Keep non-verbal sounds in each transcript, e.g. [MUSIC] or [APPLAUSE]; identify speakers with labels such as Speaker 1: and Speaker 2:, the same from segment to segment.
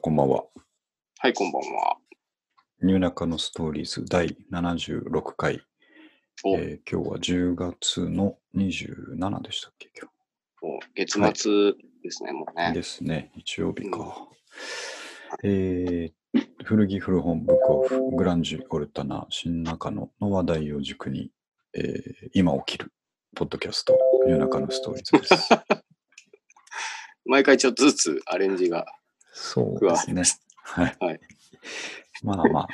Speaker 1: こんばんは。
Speaker 2: はい、こんばんは。
Speaker 1: ニューナカのストーリーズ第76回。
Speaker 2: お、
Speaker 1: えー今日は10月の27でしたっけ今
Speaker 2: お月末ですね、もう
Speaker 1: 日
Speaker 2: ね。
Speaker 1: ですね。日曜日か。えー古着古本ブックオフ、グランジオルタナ、新中野の話題を軸に、えー今起きる、ポッドキャスト、ニューナカのストーリーズです。
Speaker 2: 毎回ちょっとずつアレンジが。
Speaker 1: そうですね。はい。
Speaker 2: はい
Speaker 1: まあまあ、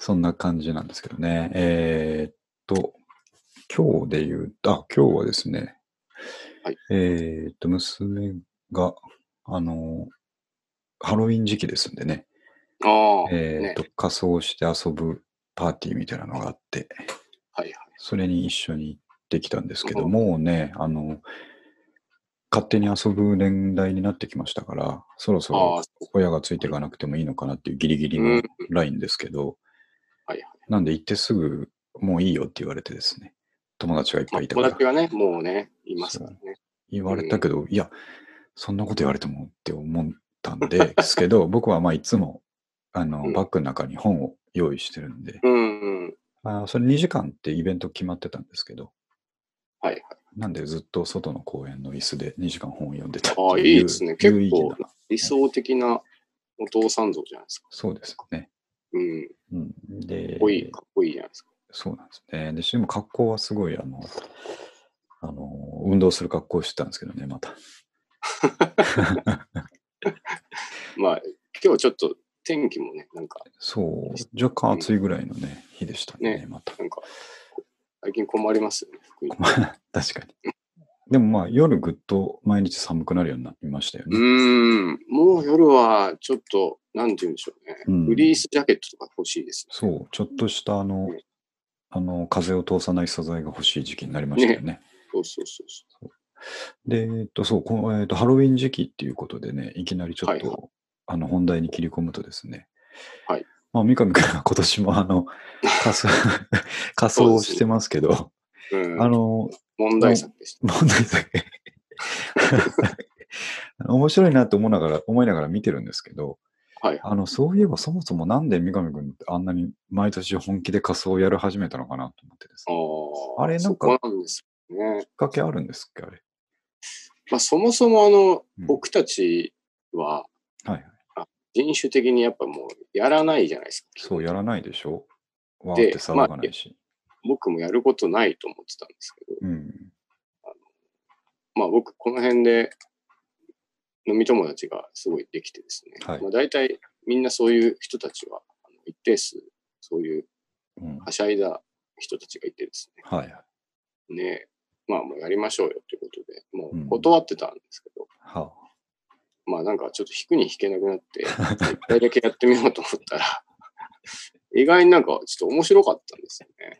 Speaker 1: そんな感じなんですけどね。えーっと、今日で言うと、あ、今日はですね、
Speaker 2: はい
Speaker 1: えーっと、娘が、あの、ハロウィン時期ですんでね、
Speaker 2: ああ、
Speaker 1: えーっ
Speaker 2: ね
Speaker 1: と、。仮装して遊ぶパーティーみたいなのがあって、
Speaker 2: はいはい。
Speaker 1: それに一緒に行ってきたんですけど、もうね、あの、勝手に遊ぶ年代になってきましたから、そろそろ
Speaker 2: ああ、
Speaker 1: 親がついていかなくてもいいのかなっていうギリギリ
Speaker 2: う
Speaker 1: の
Speaker 2: ん。
Speaker 1: ラインですけど、
Speaker 2: はいはい
Speaker 1: なんで行ってすぐもういいよって言われてですね、友達がいっぱいいたか
Speaker 2: 友達
Speaker 1: ら
Speaker 2: がね、もうね、いますからね。
Speaker 1: 言われたけど、いや、そんなこと言われてもって思ったんですけ
Speaker 2: [LAUGHS]
Speaker 1: ど、僕はまあいつもあの
Speaker 2: うん
Speaker 1: バッグの中に本を用意してるんで、
Speaker 2: うんうん。
Speaker 1: あーそれ2時間ってイベント決まってたんですけど、
Speaker 2: はいはい。
Speaker 1: なんでずっと外の公園の椅子で2時間本を読んでたって
Speaker 2: ああ
Speaker 1: いう
Speaker 2: いいですね結構
Speaker 1: 有意義な
Speaker 2: 理想的なお父さん像じゃないですか。
Speaker 1: そうですね。
Speaker 2: うん。か
Speaker 1: うん、で、
Speaker 2: っこいい、かっこいいじゃないですか。
Speaker 1: そうなんですね。で、しも格好はすごい、あの、あの、運動する格好をしてたんですけどね、また。
Speaker 2: まあ、今日ちょっと天気もね、なんか、
Speaker 1: そう、若干暑いぐらいのね、日でしたね、また。
Speaker 2: なんか、最近困りますよね、福井
Speaker 1: まあ確かに。でもまあ、夜ぐっと毎日寒くなるようになりましたよ
Speaker 2: う
Speaker 1: ね。
Speaker 2: ーん、もう夜はちょっと、なんて言うんでしょうね、
Speaker 1: うん
Speaker 2: フリースジャケットとか欲しいです
Speaker 1: そう、ちょっとしたあの
Speaker 2: うん、
Speaker 1: あの、風を通さない素材が欲しい時期になりましたよね。
Speaker 2: ね。そうそうそうそ
Speaker 1: で、えっと、そう、このえっと、ハロウィン時期っていうことでね、いきなりちょっと、
Speaker 2: は
Speaker 1: あの、本題に切り込むとですね、
Speaker 2: はい。
Speaker 1: まあ、三上君は今年も、あの、仮
Speaker 2: [LAUGHS]
Speaker 1: 装、仮装をしてますけど、
Speaker 2: う。うん、
Speaker 1: あの、
Speaker 2: 問題作でし
Speaker 1: 問題だけ。面白いなと思いながら、思いながら見てるんですけど、
Speaker 2: た。はい。
Speaker 1: あの、そういえばそもそもなんで三上君ってあんなに毎年本気で仮装をやる始めたのかなと思ってですね。
Speaker 2: あー
Speaker 1: あれなんか
Speaker 2: そこなんですよね
Speaker 1: き。っかけあるんですっけ、あれ。
Speaker 2: まあ、そもそも、あの、
Speaker 1: うん
Speaker 2: 僕たちは
Speaker 1: はいはい。
Speaker 2: 人種的にやっぱもう、やらないじゃないですか。
Speaker 1: そう、やらないでしょわーっ
Speaker 2: で
Speaker 1: て騒がないし。
Speaker 2: 僕もやることないと思ってたんですけど、
Speaker 1: うん。
Speaker 2: まあ、僕、この辺で、飲み友達がすごいできてですね。
Speaker 1: はい
Speaker 2: まあ、大体、みんなそういう人たちは、あの一定数、そういう
Speaker 1: うん
Speaker 2: はしゃいだ人たちがいてですね。
Speaker 1: はい。
Speaker 2: ねまあもうやりましょうよってことで、も
Speaker 1: うん
Speaker 2: う断ってたんですけど、
Speaker 1: は
Speaker 2: まあなんかちょっと引くに引けなくなって、一回だけやってみようと思ったら、 [LAUGHS] 意外になんかちょっと面白かったんですよね。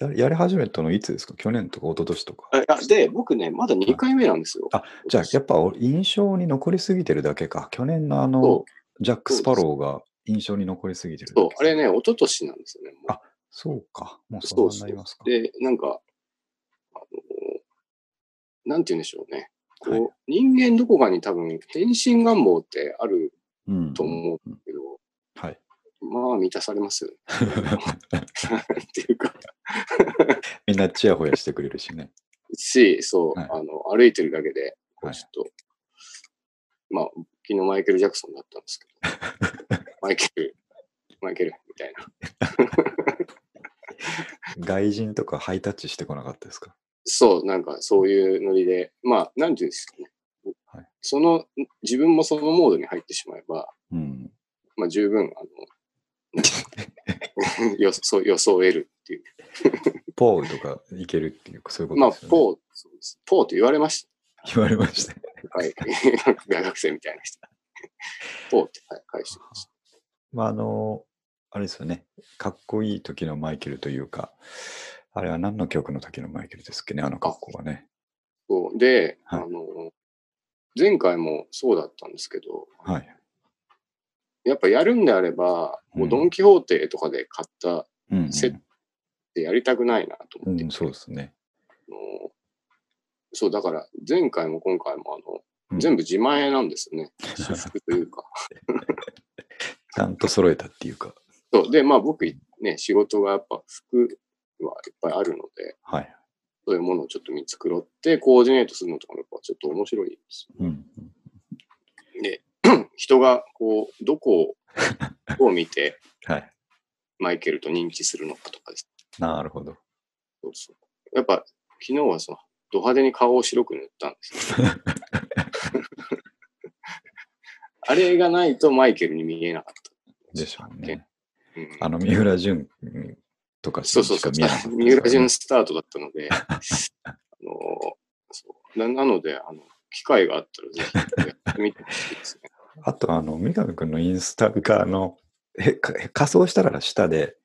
Speaker 1: あ、ややり始めたのいつですか去年とか一昨年とか。
Speaker 2: あいやで、僕ね、まだ2回目なんですよ。
Speaker 1: あじゃあ、やっぱ俺印象に残りすぎてるだけか。去年のあの
Speaker 2: そ、
Speaker 1: ジャック・スパローが印象に残りすぎてるだ
Speaker 2: そう
Speaker 1: け。、
Speaker 2: あれね、一昨年なんですよね。もう
Speaker 1: あそうか。もうそ
Speaker 2: そ
Speaker 1: ん
Speaker 2: う
Speaker 1: なにな
Speaker 2: そう
Speaker 1: りますか。
Speaker 2: で、なんか、あのなんて言うんでしょうね。こう
Speaker 1: はい
Speaker 2: 人間どこかに多分変身願望ってある
Speaker 1: うん
Speaker 2: と思うんだけど、
Speaker 1: はい。 [LAUGHS]
Speaker 2: まあ満たされますよね。 [LAUGHS] っていうか、
Speaker 1: みんなチヤホヤしてくれるしね。
Speaker 2: し、そう、
Speaker 1: はい
Speaker 2: あの、歩いてるだけで、こ
Speaker 1: は
Speaker 2: う
Speaker 1: い
Speaker 2: ちょっと、まあ、昨日マイケル・ジャクソンだったんですけ
Speaker 1: [LAUGHS]
Speaker 2: ど、マイケル、マイケル、みたいな。
Speaker 1: 外人とかハイタッチしてこなかったですか
Speaker 2: そう、なんかそういうノリで、まあ、なんていうんですかね。
Speaker 1: はい
Speaker 2: その、自分もそのモードに入ってしまえば、
Speaker 1: うん。
Speaker 2: まあ、十分、あの、
Speaker 1: [LAUGHS]
Speaker 2: よそう予想を得るっていう。
Speaker 1: ポーとかいけるっていう、そういうこと
Speaker 2: まあ
Speaker 1: です、よね。
Speaker 2: ポー、そうですポーって言われまし
Speaker 1: 言われました。
Speaker 2: た。はい。 [LAUGHS] 大学生みたいな人。ポーって、はい、返してました。
Speaker 1: まあ、あの、あれですよね。かっこいい時のマイケルというか、あれは何の曲の時のマイケルですっけね、あの格好はね。
Speaker 2: そうで、
Speaker 1: はい
Speaker 2: あの前回もそうだったんですけど、
Speaker 1: はい。
Speaker 2: やっぱやるんであれば、
Speaker 1: うん
Speaker 2: もうドン・キホーテとかで買ったっ
Speaker 1: うん、うん。
Speaker 2: セットてやりたくないなと思って、
Speaker 1: うん、そうですね。
Speaker 2: あのそうだから前回も今回もあの
Speaker 1: うん
Speaker 2: 全部自前なんです
Speaker 1: [LAUGHS]
Speaker 2: よね。私服というか。
Speaker 1: ちゃんと揃えたっていうか。
Speaker 2: そう。で、まあ僕、ね、仕事がやっぱ服はいっぱいあるので、
Speaker 1: はい。
Speaker 2: そういうものをちょっと見繕って、コーディネートするのとかもやっぱちょっと面白いです
Speaker 1: うん。
Speaker 2: よ。で、 [CLEARS THROAT] 人がこう、どこをどう見て
Speaker 1: はい。
Speaker 2: マイケルと認知するのかとかです。
Speaker 1: なるほど。
Speaker 2: そうそうやっぱ昨日はその、ド派手に顔を白く塗ったんです
Speaker 1: [LAUGHS]
Speaker 2: よ。あれがないとマイケルに見えなかっ
Speaker 1: でしょうね。
Speaker 2: た。うん
Speaker 1: あの、三浦淳とか
Speaker 2: そ
Speaker 1: し
Speaker 2: う
Speaker 1: か
Speaker 2: そうそう。
Speaker 1: 見えなかった
Speaker 2: 三浦淳スタートだったの
Speaker 1: [LAUGHS]
Speaker 2: で、あのそうななのであの、機会があったらぜひやってみてほしいですね。
Speaker 1: あと、あの、三上くんのインスタが、あの、へか仮装したら下で、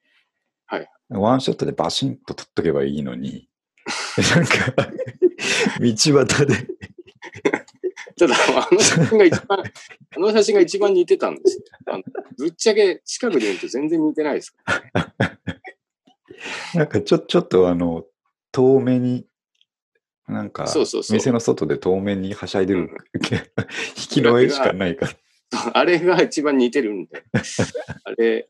Speaker 2: はい
Speaker 1: ワンショットでバシンと撮っとけばいいのに、 [LAUGHS] なんか、道端で、
Speaker 2: ただ、あの写真が一番、あの写真が一番似てたんですよあのぶっちゃけ近くで見ると全然似てないです。
Speaker 1: なんかちょ、ちょっとあの、遠目に、なんか、
Speaker 2: そうそうそう
Speaker 1: 店の外で遠目にはしゃいでる、
Speaker 2: うん
Speaker 1: 引きの絵しかないから。
Speaker 2: [LAUGHS] あれが一番似てるんで、あれ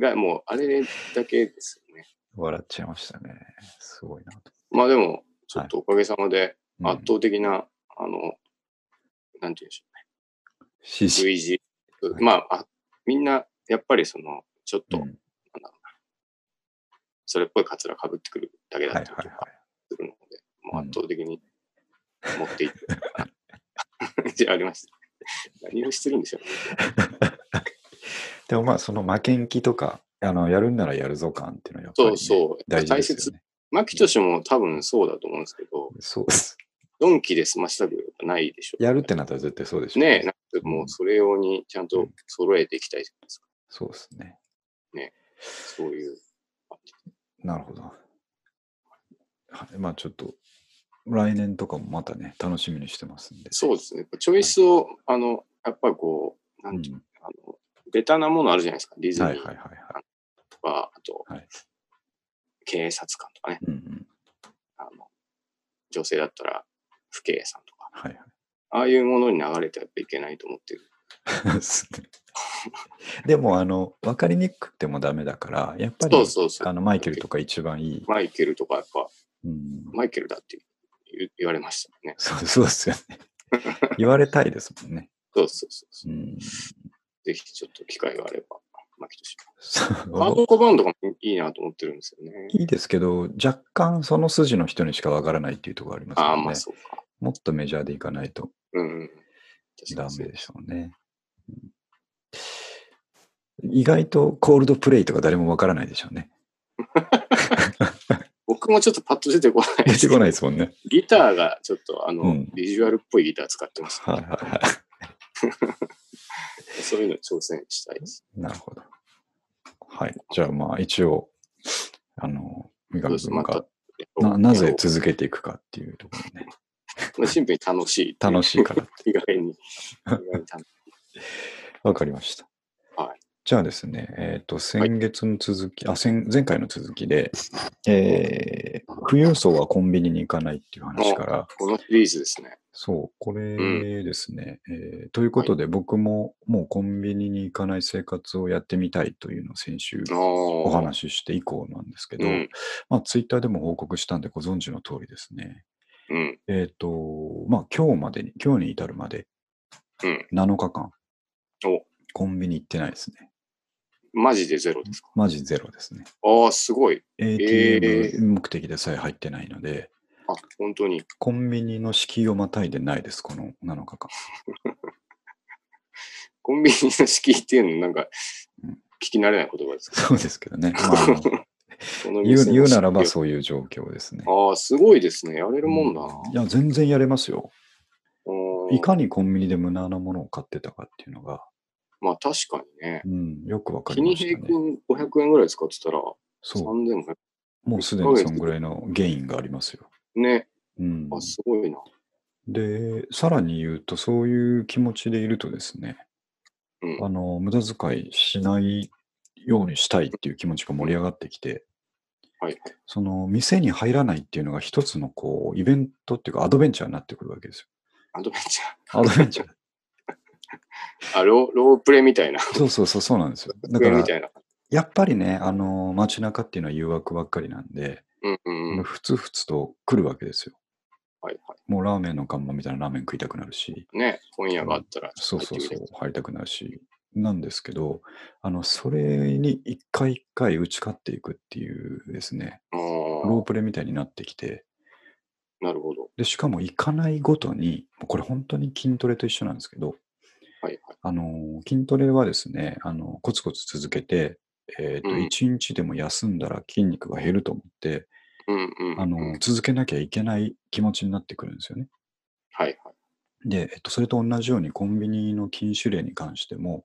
Speaker 2: がもう、あれだけですよね。
Speaker 1: 笑っちゃいましたね。すごいなと。
Speaker 2: まあでも、ちょっとおかげさまで
Speaker 1: うん
Speaker 2: 圧倒的な、あの、なんて言うんでしょう。
Speaker 1: 獅子
Speaker 2: 類似。
Speaker 1: はい
Speaker 2: まああ、みんな、やっぱりその、ちょっと
Speaker 1: う、ん
Speaker 2: それっぽいカツラ被ってくるだけだ
Speaker 1: は
Speaker 2: っ
Speaker 1: い
Speaker 2: た
Speaker 1: は
Speaker 2: り
Speaker 1: い
Speaker 2: と
Speaker 1: は
Speaker 2: かするの
Speaker 1: う
Speaker 2: で、
Speaker 1: ん
Speaker 2: もう圧倒的に持ってい
Speaker 1: [LAUGHS]
Speaker 2: って、じゃあありました。何をしてるんでしょうね。
Speaker 1: い。でもまあ、その負けん気とか、あの、やるんならやるぞ感っていうのはやっぱり、
Speaker 2: そ
Speaker 1: ね、
Speaker 2: うそう。
Speaker 1: 大事で
Speaker 2: 大
Speaker 1: す
Speaker 2: 切
Speaker 1: よ。ね。
Speaker 2: 牧としても多分そうだと思うんですけど、
Speaker 1: そうです。
Speaker 2: ドンキで済ましたくないでしょう。
Speaker 1: やるってなったら絶対そうでしょう
Speaker 2: ねえ、なんかもうそれ用にちゃんと揃えていきたいじゃないですか。
Speaker 1: そうですね。
Speaker 2: そういう。
Speaker 1: なるほど。はい、まあちょっと、来年とかもまたね、楽しみにしてますんで。
Speaker 2: そうですね。チョイスを、あの、やっぱりこう、なんていうの
Speaker 1: うん
Speaker 2: あの、ベタなものあるじゃないですか。ディズニ
Speaker 1: はいはい
Speaker 2: ー
Speaker 1: はいはい。
Speaker 2: とか、あと、
Speaker 1: はい
Speaker 2: 警察官とかね。
Speaker 1: うんうん。
Speaker 2: あの、女性だったら、不警さんとか。
Speaker 1: はい
Speaker 2: ああいうものに流れてはいけないと思ってる。
Speaker 1: はい。 [LAUGHS] すねでも、あの、分かりにくくてもダメだから、やっぱり、
Speaker 2: そうそうそう
Speaker 1: あのマイケルとか一番いい。
Speaker 2: マイケルとか、やっぱ、
Speaker 1: うん、
Speaker 2: マイケルだって言言われましたね。
Speaker 1: そうそうですよね。言われたいですもんね。
Speaker 2: そうそうそうそうう。
Speaker 1: ん、
Speaker 2: ぜひ、ちょっと機会があれば、マキとして。
Speaker 1: そう
Speaker 2: バンドコバンドがいいなと思ってるんですよね。
Speaker 1: いいですけど、若干その筋の人にしかわからないっていうところがあります
Speaker 2: あ
Speaker 1: よ
Speaker 2: あ、ま
Speaker 1: ね
Speaker 2: あ。そうか。
Speaker 1: もっとメジャーでいかないと
Speaker 2: うんうん。確か
Speaker 1: ダ
Speaker 2: にそ
Speaker 1: メ
Speaker 2: う
Speaker 1: でしょうね。うん意外とコールドプレイとか誰もわからないでしょうね。
Speaker 2: 僕もちょっとパッと出てこないで
Speaker 1: [LAUGHS] 出
Speaker 2: す
Speaker 1: てこないですもん
Speaker 2: [LAUGHS]
Speaker 1: ね。
Speaker 2: ギターがちょっとあの、
Speaker 1: うん
Speaker 2: ビジュアルっぽいギター使ってます、
Speaker 1: はいはいは
Speaker 2: そういうのに挑戦したいです。
Speaker 1: い。なるほど。はい。じゃあまあ一応、あの、三
Speaker 2: そうで
Speaker 1: 上
Speaker 2: す
Speaker 1: 君
Speaker 2: また
Speaker 1: がななぜ続けていくかっていうところね。
Speaker 2: まあシンプルに楽しい。
Speaker 1: 楽しいから。
Speaker 2: 意外に。意外に楽しい
Speaker 1: わかりました。
Speaker 2: はい
Speaker 1: じゃあですね、えっ、と、先月の続き、あ先、前回の続き
Speaker 2: [LAUGHS]
Speaker 1: で、えー、富裕層はコンビニに行かないっていう話から、
Speaker 2: このシリーズですね。
Speaker 1: そう、これですね、えーということで、僕ももうコンビニに行かない生活をやってみたいというのを先週お
Speaker 2: おー
Speaker 1: 話しして以降なんですけど、
Speaker 2: うん
Speaker 1: まあ、ツイッターでも報告したんで、ご存知の通りですね。
Speaker 2: うん。
Speaker 1: えっ、と、まあ、今日までに、今日に至るまで
Speaker 2: うん、
Speaker 1: 7日間、
Speaker 2: お
Speaker 1: コンビニ行ってないですね。
Speaker 2: マジでゼロですか。
Speaker 1: マジゼロですね。
Speaker 2: ああ、すごい。え
Speaker 1: ATM 目的でさえ入ってないので、
Speaker 2: あ、本当に。
Speaker 1: コンビニの敷居をまたいでないです、この7日間。
Speaker 2: コンビニの敷居っていうの、なんか
Speaker 1: うん、
Speaker 2: 聞き慣れない言葉ですか。
Speaker 1: そうですけど
Speaker 2: [LAUGHS]
Speaker 1: ね。まああの
Speaker 2: こ
Speaker 1: 言
Speaker 2: の
Speaker 1: う
Speaker 2: 店の
Speaker 1: 言うならば
Speaker 2: 敷
Speaker 1: そういう状況ですね
Speaker 2: 居。ああ、すごいですね。やれるもんだ
Speaker 1: いや、全然やれますよ。
Speaker 2: な。
Speaker 1: いかにコンビニで無駄なものを買ってたかっていうのが、
Speaker 2: まあ、確かにね。
Speaker 1: うん、よくわか
Speaker 2: 日
Speaker 1: り
Speaker 2: に
Speaker 1: まし
Speaker 2: 平
Speaker 1: たね。
Speaker 2: 均500円ぐらい使ってたら、
Speaker 1: そ
Speaker 2: 3500
Speaker 1: う、もうすでにそんぐらいのゲインがありますよ。
Speaker 2: 円。ね。
Speaker 1: うん、
Speaker 2: あ、すごいな。
Speaker 1: で、さらに言うと、そういう気持ちでいるとですね、
Speaker 2: うん
Speaker 1: あの、無駄遣いしないようにしたいっていう気持ちが盛り上がってきて、
Speaker 2: はい。
Speaker 1: その店に入らないっていうのが一つのこうイベントっていうかアドベンチャーになってくるわけですよ。
Speaker 2: あアドベンチャ
Speaker 1: アドベンチャー。
Speaker 2: ー。あ、 [LAUGHS] ローロープレみたいな。
Speaker 1: そうそうそう、そうなん
Speaker 2: [LAUGHS]
Speaker 1: ですよ。だ
Speaker 2: ロープ
Speaker 1: か
Speaker 2: レみ
Speaker 1: ら、
Speaker 2: たいな。
Speaker 1: やっぱりね、あのー街中っていうのは誘惑ばっかりなんで、
Speaker 2: うんうんうん。
Speaker 1: ふつふつと来るわけですよ。
Speaker 2: はいは
Speaker 1: もうラーメンの看板みたいなラーメン食いたくなるし、
Speaker 2: い。ね、本屋があったら、
Speaker 1: そうそうそ
Speaker 2: 入って
Speaker 1: う
Speaker 2: みる、
Speaker 1: 入りたくなるし、なんですけど、あの、それに一回一回打ち勝っていくっていうですね、ロー
Speaker 2: あ
Speaker 1: プレみたいになってきて、
Speaker 2: あ、なるほど。
Speaker 1: で、しかも行かないごとに、もうこれ本当に筋トレと一緒なんですけど、
Speaker 2: はいはい。
Speaker 1: あの筋トレはですね、あのコツコツ続けて、えーと
Speaker 2: うん
Speaker 1: 1日でも休んだら筋肉が減ると思って、
Speaker 2: うんうん、うん。
Speaker 1: あの続けなきゃいけない気持ちになってくるんですよね。
Speaker 2: はいはい。
Speaker 1: で、えっと、それと同じようにコンビニの禁酒令に関しても、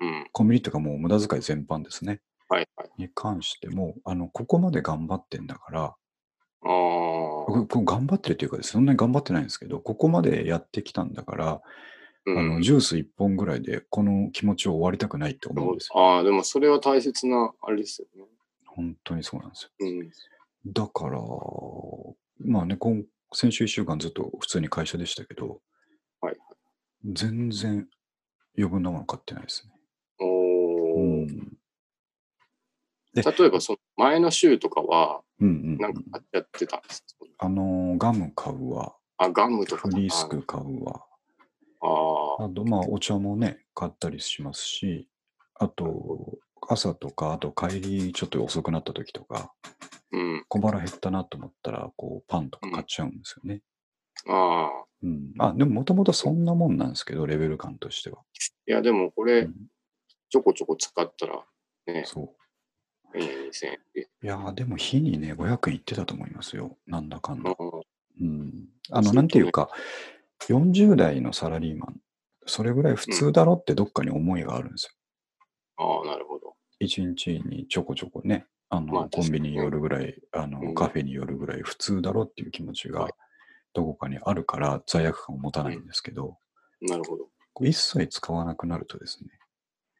Speaker 2: うん。
Speaker 1: コンビニというかもう無駄遣い全般ですね、
Speaker 2: はいはい。
Speaker 1: に関しても、あのここまで頑張ってんだから、
Speaker 2: ああ、
Speaker 1: ここ頑張ってるというかですね、そんなに頑張ってないんですけど、ここまでやってきたんだから、
Speaker 2: うん
Speaker 1: あのジュース1本ぐらいでこの気持ちを終わりたくないって思うんですよ。
Speaker 2: ああ、でもそれは大切な、あれですよね。
Speaker 1: 本当にそうなんですよ。
Speaker 2: うん。
Speaker 1: だから、まあね、今先週1週間ずっと普通に会社でしたけど、
Speaker 2: はい
Speaker 1: 全然余分なもの買ってないですね。
Speaker 2: お
Speaker 1: う
Speaker 2: ー
Speaker 1: ん、
Speaker 2: 例えば、その前の週とかは、
Speaker 1: うんう
Speaker 2: なんんか買っちゃってたんですか
Speaker 1: あのーガム買うわ、
Speaker 2: あ、ガムとか
Speaker 1: フ
Speaker 2: かな。
Speaker 1: リスク買うわ、
Speaker 2: ああ、
Speaker 1: あと、まあ、お茶もね、買ったりしますし、あと、朝とか、あと帰りちょっと遅くなった時とか、
Speaker 2: うん。
Speaker 1: 小腹減ったなと思ったら、こう、パンとか買っちゃうんですよね。
Speaker 2: ああ。
Speaker 1: うん。まあ、でも、もともとそんなもんなんですけど、レベル感としては。
Speaker 2: いや、でもこ
Speaker 1: う
Speaker 2: れ
Speaker 1: ん、
Speaker 2: ちょこちょこ使ったら、ね、
Speaker 1: そう。
Speaker 2: 1000円、2000円で。
Speaker 1: いやーでも日にね、500円いってたと思いますよ。なんだかん
Speaker 2: あ
Speaker 1: だ。
Speaker 2: ー
Speaker 1: うん。あの、
Speaker 2: そう
Speaker 1: なんていうか、40代のサラリーマン、それぐらい普通だろってどっかに思いがあるんです
Speaker 2: あー、なるほど。
Speaker 1: よ。1日にちょこちょこね、あの、
Speaker 2: まあ
Speaker 1: コンビニに寄るぐらい、あ
Speaker 2: う
Speaker 1: の、
Speaker 2: ん
Speaker 1: カフェに寄るぐらい普通だろっていう気持ちが
Speaker 2: はい、
Speaker 1: どこかにあるから罪悪感を持たないんですけど、
Speaker 2: なるほど。
Speaker 1: こう一切使わなくなるとですね、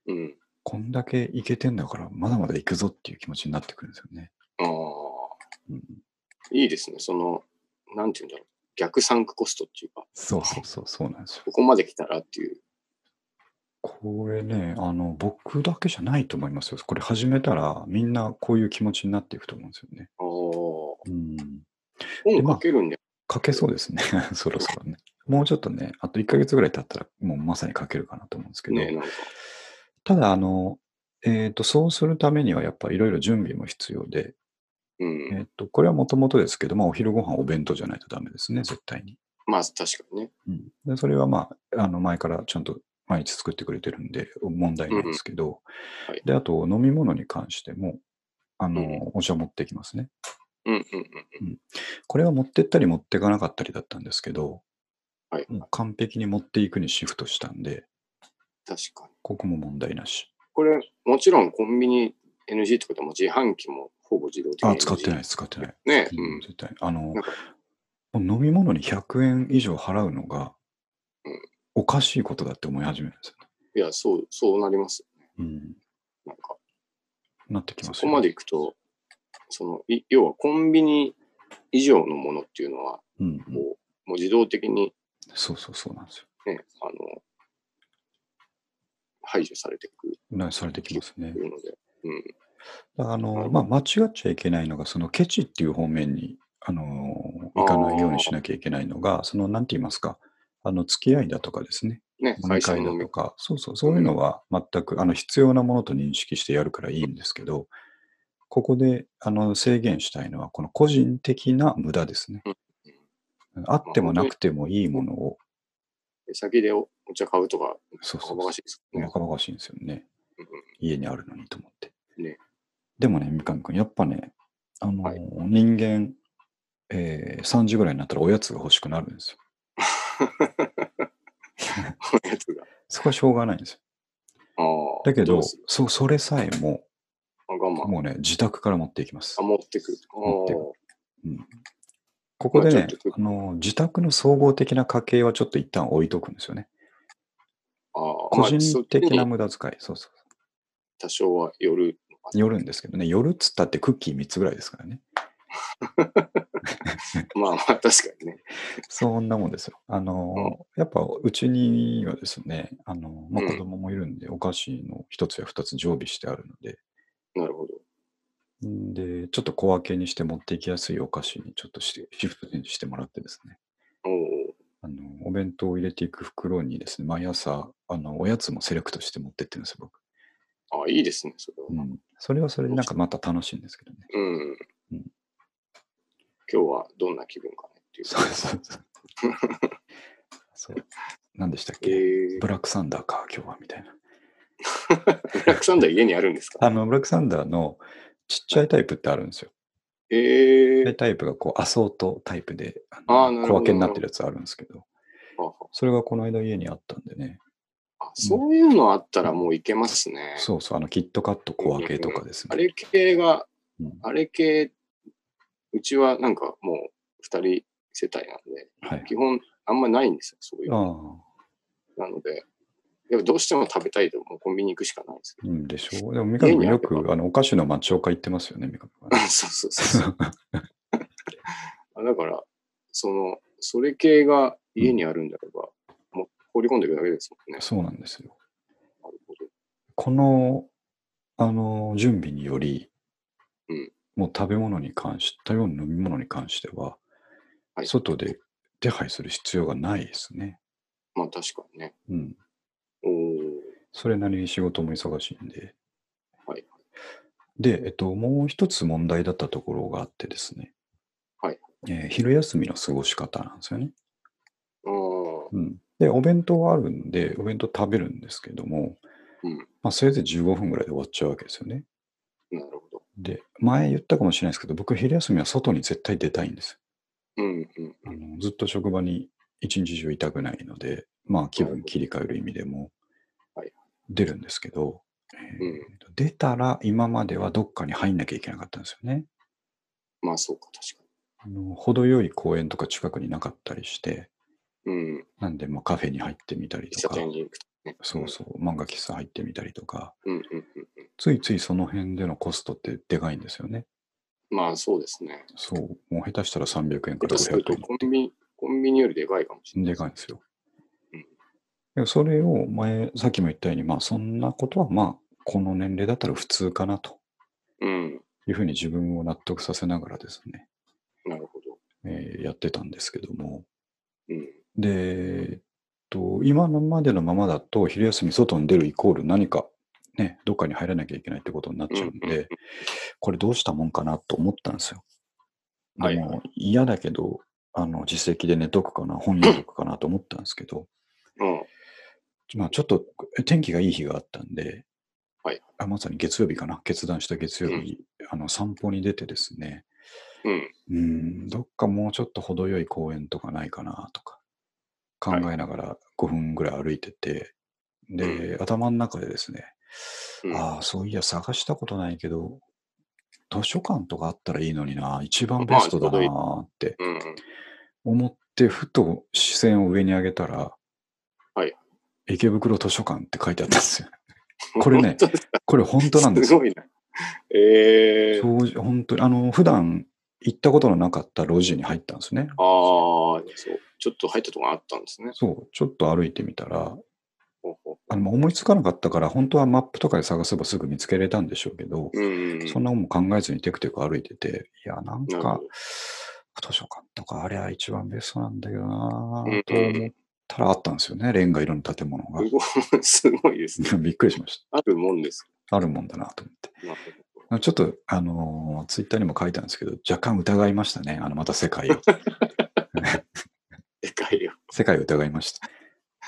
Speaker 2: うん。
Speaker 1: こんだけいけてんだから、まだまだ行くぞっていう気持ちになってくるんですよね。
Speaker 2: ああ、
Speaker 1: うん、
Speaker 2: いいですね。その、なんていうんだろう。逆サンクコストっていうか、
Speaker 1: そうそうそう、そうなんですよ。
Speaker 2: ここまで来たらっていう。
Speaker 1: これね、あの、僕だけじゃないと思いますよ。これ始めたら、みんなこういう気持ちになっていくと思うんですよね。
Speaker 2: ああ、
Speaker 1: うん。
Speaker 2: 本かけるんで、
Speaker 1: 書けそうですね。 [LAUGHS] そろそろね。もうちょっとね、あと1ヶ月ぐらい経ったら、もうまさに書けるかなと思うんですけど、
Speaker 2: ね、なんか。
Speaker 1: ただ、あの、えっ、と、そうするためには、やっぱいろいろ準備も必要で、え
Speaker 2: う
Speaker 1: っ、
Speaker 2: ん。
Speaker 1: と、これはもともとですけど、まあ、お昼ご飯お弁当じゃないとダメですね、絶対に。
Speaker 2: まあ、確かにね。
Speaker 1: うん。でそれはまあ、あの、前からちゃんと毎日作ってくれてるんで、問題ないんですけど、
Speaker 2: うんはい
Speaker 1: で、あと、飲み物に関しても、あの、
Speaker 2: うん
Speaker 1: お茶持ってきますね。
Speaker 2: うんうんうん。
Speaker 1: これは持ってったり持ってかなかったりだったんですけど、
Speaker 2: はい。
Speaker 1: もう完璧に持っていくにシフトしたんで、
Speaker 2: 確かに。
Speaker 1: ここも問題なし。
Speaker 2: これ、もちろんコンビニ NG ってことはもう自販機もほぼ自動的に。
Speaker 1: あ、使ってない、使ってない。
Speaker 2: ね。
Speaker 1: う、
Speaker 2: うんん。
Speaker 1: 絶対。あの、
Speaker 2: なんか
Speaker 1: もう飲み物に100円以上払うのが
Speaker 2: うん、
Speaker 1: おかしいことだって思い始めるんですよね。
Speaker 2: いや、そう、そうなります。
Speaker 1: うん。
Speaker 2: なんか。
Speaker 1: なってき
Speaker 2: そ
Speaker 1: ます
Speaker 2: こ
Speaker 1: よ、
Speaker 2: まで行くと、そのい要はコンビニ以上のものっていうのは、
Speaker 1: うんうん、
Speaker 2: こうもう自動的に、
Speaker 1: そうそうそうなんですよ。
Speaker 2: ね、あの排除されてく
Speaker 1: なされてきますね。
Speaker 2: るので、うん、
Speaker 1: あ
Speaker 2: な
Speaker 1: の
Speaker 2: る
Speaker 1: まあ、間違っちゃいけないのが、そのケチっていう方面にあの行かないようにしなきゃいけないのが、そのなんて言いますか、あの付き合いだとかですね、
Speaker 2: ね、
Speaker 1: 飲み
Speaker 2: 会社
Speaker 1: 会だ
Speaker 2: の
Speaker 1: とか、そうそう、そういうのは全くあの必要なものと認識してやるからいいんですけど、ここであの制限したいのは、この個人的な無駄ですね
Speaker 2: うん。
Speaker 1: あってもなくてもいいものを、
Speaker 2: 先でおお茶買うとか、
Speaker 1: そうそ
Speaker 2: お
Speaker 1: う
Speaker 2: ば
Speaker 1: そう
Speaker 2: かしいですよ
Speaker 1: バ
Speaker 2: [LAUGHS] ね。
Speaker 1: カバカしいんですよね
Speaker 2: うんうん。
Speaker 1: 家にあるのにと思って。
Speaker 2: ね
Speaker 1: でもね、みかんくん、やっぱね、あのー
Speaker 2: はい
Speaker 1: 人間、えー、3時ぐらいになったらおやつが欲しくなるんですよ。
Speaker 2: このやつが。
Speaker 1: そこはしょうがないんですよ。
Speaker 2: ああ
Speaker 1: だけど、
Speaker 2: うする
Speaker 1: そうそれさえも、
Speaker 2: あ我慢。
Speaker 1: もうね、自宅から持っていきます
Speaker 2: あ、。持ってくる。あ
Speaker 1: 持ってく
Speaker 2: ー
Speaker 1: ここで
Speaker 2: まあ
Speaker 1: ね
Speaker 2: ちょっ、と
Speaker 1: あのー自宅の総合的な家計はちょっと一旦置いとくんですよね。
Speaker 2: あー、
Speaker 1: 個
Speaker 2: まあそ
Speaker 1: 人
Speaker 2: っち
Speaker 1: 的な
Speaker 2: に
Speaker 1: 無駄遣い、そうそう。
Speaker 2: 多少はよるのかな。 [LAUGHS]
Speaker 1: 寄るんですけどね、寄るっつったってクッキー3つぐらいですからね。
Speaker 2: まあまあ、確かにね。
Speaker 1: そんなもんですよ。あの、
Speaker 2: うん
Speaker 1: やっぱうちにはですね、あの、まあ、
Speaker 2: うん
Speaker 1: 子供もいるんで、お菓子の一つや二つ常備してあるので、
Speaker 2: なるほど。
Speaker 1: んで、ちょっと小分けにして持っていきやすいお菓子にちょっとしてシフトしてもらってですね、
Speaker 2: おお。
Speaker 1: あの、お弁当を入れていく袋にですね、毎朝、あの、おやつもセレクトして持ってってるんですよ、僕。
Speaker 2: あ、いいですね、それは。
Speaker 1: うん。それはそれでなんかまた楽しいんですけどね。
Speaker 2: うん。
Speaker 1: うん
Speaker 2: 今日はどんな気分かねっていう。
Speaker 1: そうそうそう。そう。何でしたっけ、
Speaker 2: えー、
Speaker 1: ブラックサンダーか、今日は、みたいな。
Speaker 2: ブラックサンダー家にあるん [LAUGHS] ですか
Speaker 1: あの、ブラックサンダーのちっちゃいタイプってあるんですよ。ちっ
Speaker 2: え
Speaker 1: ちゃ
Speaker 2: ー
Speaker 1: い、タイプがこう、アソートタイプで、あ
Speaker 2: あーなる
Speaker 1: の
Speaker 2: ほど
Speaker 1: 小分けになってるやつあるんですけど、
Speaker 2: は
Speaker 1: それがこの間家にあったんでね、
Speaker 2: はあそういうのあったらもういけますね。
Speaker 1: そうそう、あの、キットカット小分けとかです
Speaker 2: あ
Speaker 1: ね。
Speaker 2: れ系が、
Speaker 1: うん
Speaker 2: あれ系、うちはなんかもう2人世帯なんで、
Speaker 1: はい。
Speaker 2: 基本あんまないんですよ、そういう
Speaker 1: あ
Speaker 2: の。
Speaker 1: あ、
Speaker 2: なので、やっぱどうしても食べたいともうコンビニ行くしかないです。
Speaker 1: うんでしょう。でも、三上
Speaker 2: 家
Speaker 1: 君
Speaker 2: にあれ
Speaker 1: よ
Speaker 2: ば
Speaker 1: く、あの、お菓子の町岡行ってますよね、三上君はね
Speaker 2: [LAUGHS] そうそうそう [LAUGHS] そうあ。だから、その、それ系が家にあるんだれば、もう放り込んでいくだけですもんね。
Speaker 1: そうなんですよ。
Speaker 2: なるほど。
Speaker 1: この、あの、準備により、
Speaker 2: うん
Speaker 1: もう食べ物に関して、食べ物、飲み物に関しては、
Speaker 2: はい
Speaker 1: 外で手配する必要がないですね。
Speaker 2: まあ確かにね。
Speaker 1: うん。
Speaker 2: おー
Speaker 1: それなりに仕事も忙しいんで。
Speaker 2: はい。
Speaker 1: で、えっと、もう一つ問題だったところがあってですね。
Speaker 2: はい。
Speaker 1: えー昼休みの過ごし方なんですよね。
Speaker 2: あー
Speaker 1: うん。で、お弁当はあるんで、お弁当食べるんですけども、
Speaker 2: うん
Speaker 1: まあ、せいぜい15分ぐらいで終わっちゃうわけですよね。
Speaker 2: なるほど。
Speaker 1: で、前言ったかもしれないですけど、僕、昼休みは外に絶対出たいんです。
Speaker 2: うんうん
Speaker 1: あのずっと職場に一日中いたくないので、まあ、気分切り替える意味でも
Speaker 2: はい
Speaker 1: 出るんですけど、えー
Speaker 2: うん。
Speaker 1: 出たら今まではどっかに入んなきゃいけなかったんですよね。
Speaker 2: まあそうか、確か
Speaker 1: あの程よい公園とか近くになかったりして、
Speaker 2: に。うん。
Speaker 1: なんでまあカフェに入ってみたり
Speaker 2: 喫
Speaker 1: と
Speaker 2: 茶
Speaker 1: か、
Speaker 2: 店に行くとね。
Speaker 1: そうそう、漫画喫茶入ってみたりとか、
Speaker 2: うんうんうん。
Speaker 1: ついついその辺でのコストってでかいんですよね。
Speaker 2: まあそうですね。
Speaker 1: そう、もう下手したら300円か
Speaker 2: 下
Speaker 1: ら
Speaker 2: 手する
Speaker 1: 500
Speaker 2: と
Speaker 1: 円
Speaker 2: コンビニ、コンビニよりでかいかもしれない。
Speaker 1: でかいんですよ
Speaker 2: うん。
Speaker 1: でもそれを前、さっきも言ったように、まあそんなことはまあこの年齢だったら普通かなと
Speaker 2: うん。
Speaker 1: いうふうに自分を納得させながらですね、
Speaker 2: なるほど。
Speaker 1: えーやってたんですけども。
Speaker 2: うん。
Speaker 1: で、えっと、今のまでのままだと昼休み外に出るイコール何かね、どっかに入らなきゃいけないってことになっちゃうん
Speaker 2: うんうんう
Speaker 1: で、これどうしたもんかなと思ったんですよ。
Speaker 2: は
Speaker 1: で
Speaker 2: い
Speaker 1: も嫌だけど、あの、自席で寝とくかな、本読んどくかなと思ったんですけど、
Speaker 2: うん。
Speaker 1: まあ、ちょっと天気がいい日があったんで、
Speaker 2: はい
Speaker 1: あまさに月曜日かな、決断した月曜日、あの散歩に出てですね、
Speaker 2: うん。
Speaker 1: うん、どっかもうちょっと程よい公園とかないかなとか、考
Speaker 2: はい
Speaker 1: えながら5分ぐらい歩いてて、で、頭の中でですね、
Speaker 2: うん
Speaker 1: ああ、そういや、探したことないけど、図書館とかあったらいいのにな、一番
Speaker 2: ま
Speaker 1: ベ
Speaker 2: あ
Speaker 1: ストだ
Speaker 2: ちょうどいい
Speaker 1: なって
Speaker 2: うん。
Speaker 1: 思って、ふと視線を上に上げたら、
Speaker 2: はい
Speaker 1: 池袋図書館って書いてあったんですよ。こ
Speaker 2: [LAUGHS]
Speaker 1: れねこれ本当なんです
Speaker 2: す
Speaker 1: よ。
Speaker 2: ごいな。ええー。
Speaker 1: 正直本当に、あの、普段行ったことのなかった路地に入ったんですね。
Speaker 2: ああ、そう。ちょっと入ったとこがあったんですね。
Speaker 1: そう、ちょっと歩いてみたら、
Speaker 2: ほうほう
Speaker 1: あの思いつかなかったから、本当はマップとかで探せばすぐ見つけれたんでしょうけど、
Speaker 2: うんうん。
Speaker 1: そんなもん考えずにテクテク歩いてて、いや、なん
Speaker 2: なるほ
Speaker 1: か
Speaker 2: ど、
Speaker 1: 図書館とかあれは一番ベストなんだけどな
Speaker 2: うんうん
Speaker 1: ぁと思ったらあったんですよね、レンガ色の建物が。 [LAUGHS]
Speaker 2: すごいすごいですね。
Speaker 1: びっくりしまし
Speaker 2: あるもんです。
Speaker 1: た。あるもんだなと思って。
Speaker 2: なるほど
Speaker 1: あちょっと、あのツイッター Twitter にも書いたんですけど、若干疑いましたね。あの、また世界を。
Speaker 2: でかいよ。
Speaker 1: 世界を疑いました。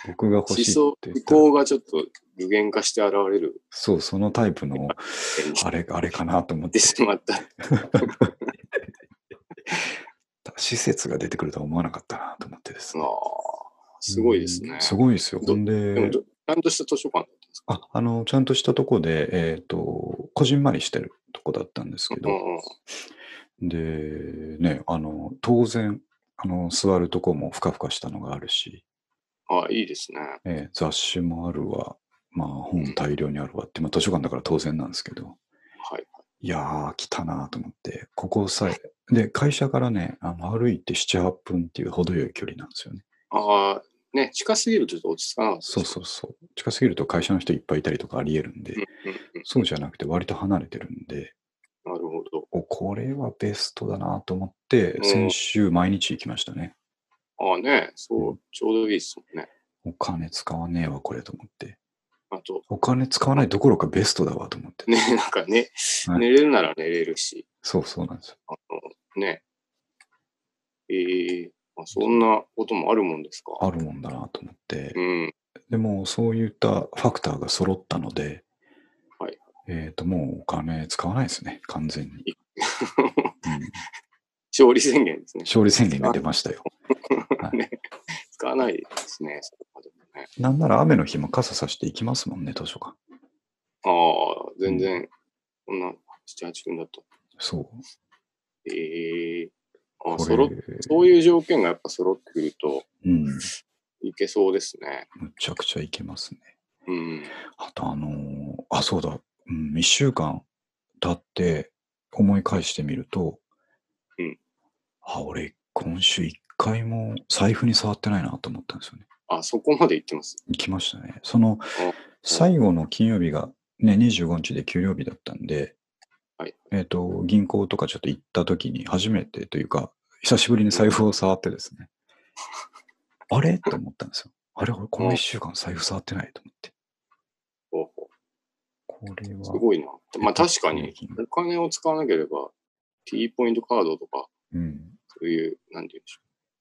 Speaker 1: 僕が欲
Speaker 2: 思
Speaker 1: しい
Speaker 2: 想
Speaker 1: って、言
Speaker 2: 思
Speaker 1: ったら
Speaker 2: 考がちょっと具現化して現れる
Speaker 1: そう、そのタイプの、あれ、あれかなと思っ
Speaker 2: で
Speaker 1: て、
Speaker 2: しまった。
Speaker 1: 施設が出てくるとは思わなかったなと思ってです
Speaker 2: あ
Speaker 1: ね。
Speaker 2: あ、すごいです
Speaker 1: う
Speaker 2: ね
Speaker 1: ん。すごいですよ。
Speaker 2: ど
Speaker 1: ほん
Speaker 2: でも
Speaker 1: で
Speaker 2: ど、ちゃんとした図書館だったんですか
Speaker 1: あ、あの、ちゃんとしたとこで、えっ、と、こじんまりしてるとこだったんですけど、
Speaker 2: うんうん
Speaker 1: で、ね、あの、当然、あの、座るとこもふかふかしたのがあるし、
Speaker 2: ああ、いいですね。
Speaker 1: えー雑誌もあるわ、まあ、本大量にあるわって、まあ、図書館だから当然なんですけど、
Speaker 2: はい。
Speaker 1: いやー、来たなと思って、ここさえ、で、会社からね、あの歩いて7、8分っていう程よい距離なんですよね。
Speaker 2: ああ、ね、近すぎるとちょっと落ち着かなかった。
Speaker 1: そうそうそう。近すぎると会社の人いっぱいいたりとかありえるんで、
Speaker 2: うんうん
Speaker 1: そうじゃなくて割と離れてるんで、
Speaker 2: うん。なるほど。
Speaker 1: お、これはベストだなと思って
Speaker 2: う、ん
Speaker 1: 先週毎日行きましたね。
Speaker 2: ああね、そうう、ちょうどいいですもんね。
Speaker 1: お金使わねえわ、これと思って。
Speaker 2: あと、
Speaker 1: お金使わないどころかベストだわと思って。
Speaker 2: ね、なんかね、
Speaker 1: はい
Speaker 2: 寝れるなら寝れるし、
Speaker 1: そうそうなんですよ。
Speaker 2: あの、ね。ええあ、そんなこともあるもんですか。
Speaker 1: あるもんだなと思って
Speaker 2: う。ん。
Speaker 1: でも、そういったファクターが揃ったので、
Speaker 2: はい
Speaker 1: えっ、と、もうお金使わないですね、完全に。うん
Speaker 2: 勝利宣言ですね。
Speaker 1: 勝利宣言が出ましたよ。
Speaker 2: 使わないですね。そこまでもね
Speaker 1: なんなら雨の日も傘さして行きますもんね、図書館。
Speaker 2: ああ、全然、こんな7、8分だと。
Speaker 1: そう。
Speaker 2: ええ
Speaker 1: こ
Speaker 2: あ
Speaker 1: れ
Speaker 2: 揃っそういう条件がやっぱ揃ってくると
Speaker 1: うん。む
Speaker 2: いけそうですね。
Speaker 1: ちゃくちゃいけますね。
Speaker 2: うん。
Speaker 1: あと、あのーあ、そうだ、うん、1週間経って思い返してみると、
Speaker 2: うん
Speaker 1: あ、俺、今週1回も財布に触ってないなと思ったんですよね。
Speaker 2: あ、そこまで行ってます。
Speaker 1: 行きましたね。その、最後の金曜日が、ね、25日で給料日だったんで、
Speaker 2: はい
Speaker 1: えっ、と、銀行とかちょっと行った時に初めてというか、久しぶりに財布を触ってです
Speaker 2: [LAUGHS]
Speaker 1: ね、あれと思ったんですよ。あれ、俺、この1週間財布触ってないと思って。
Speaker 2: ほうほう
Speaker 1: これは、
Speaker 2: すごいな。まあ確かに、
Speaker 1: うん
Speaker 2: お金を使わなければ、T ポイントカードとか、
Speaker 1: うん。
Speaker 2: そういう、なんていうんでしょ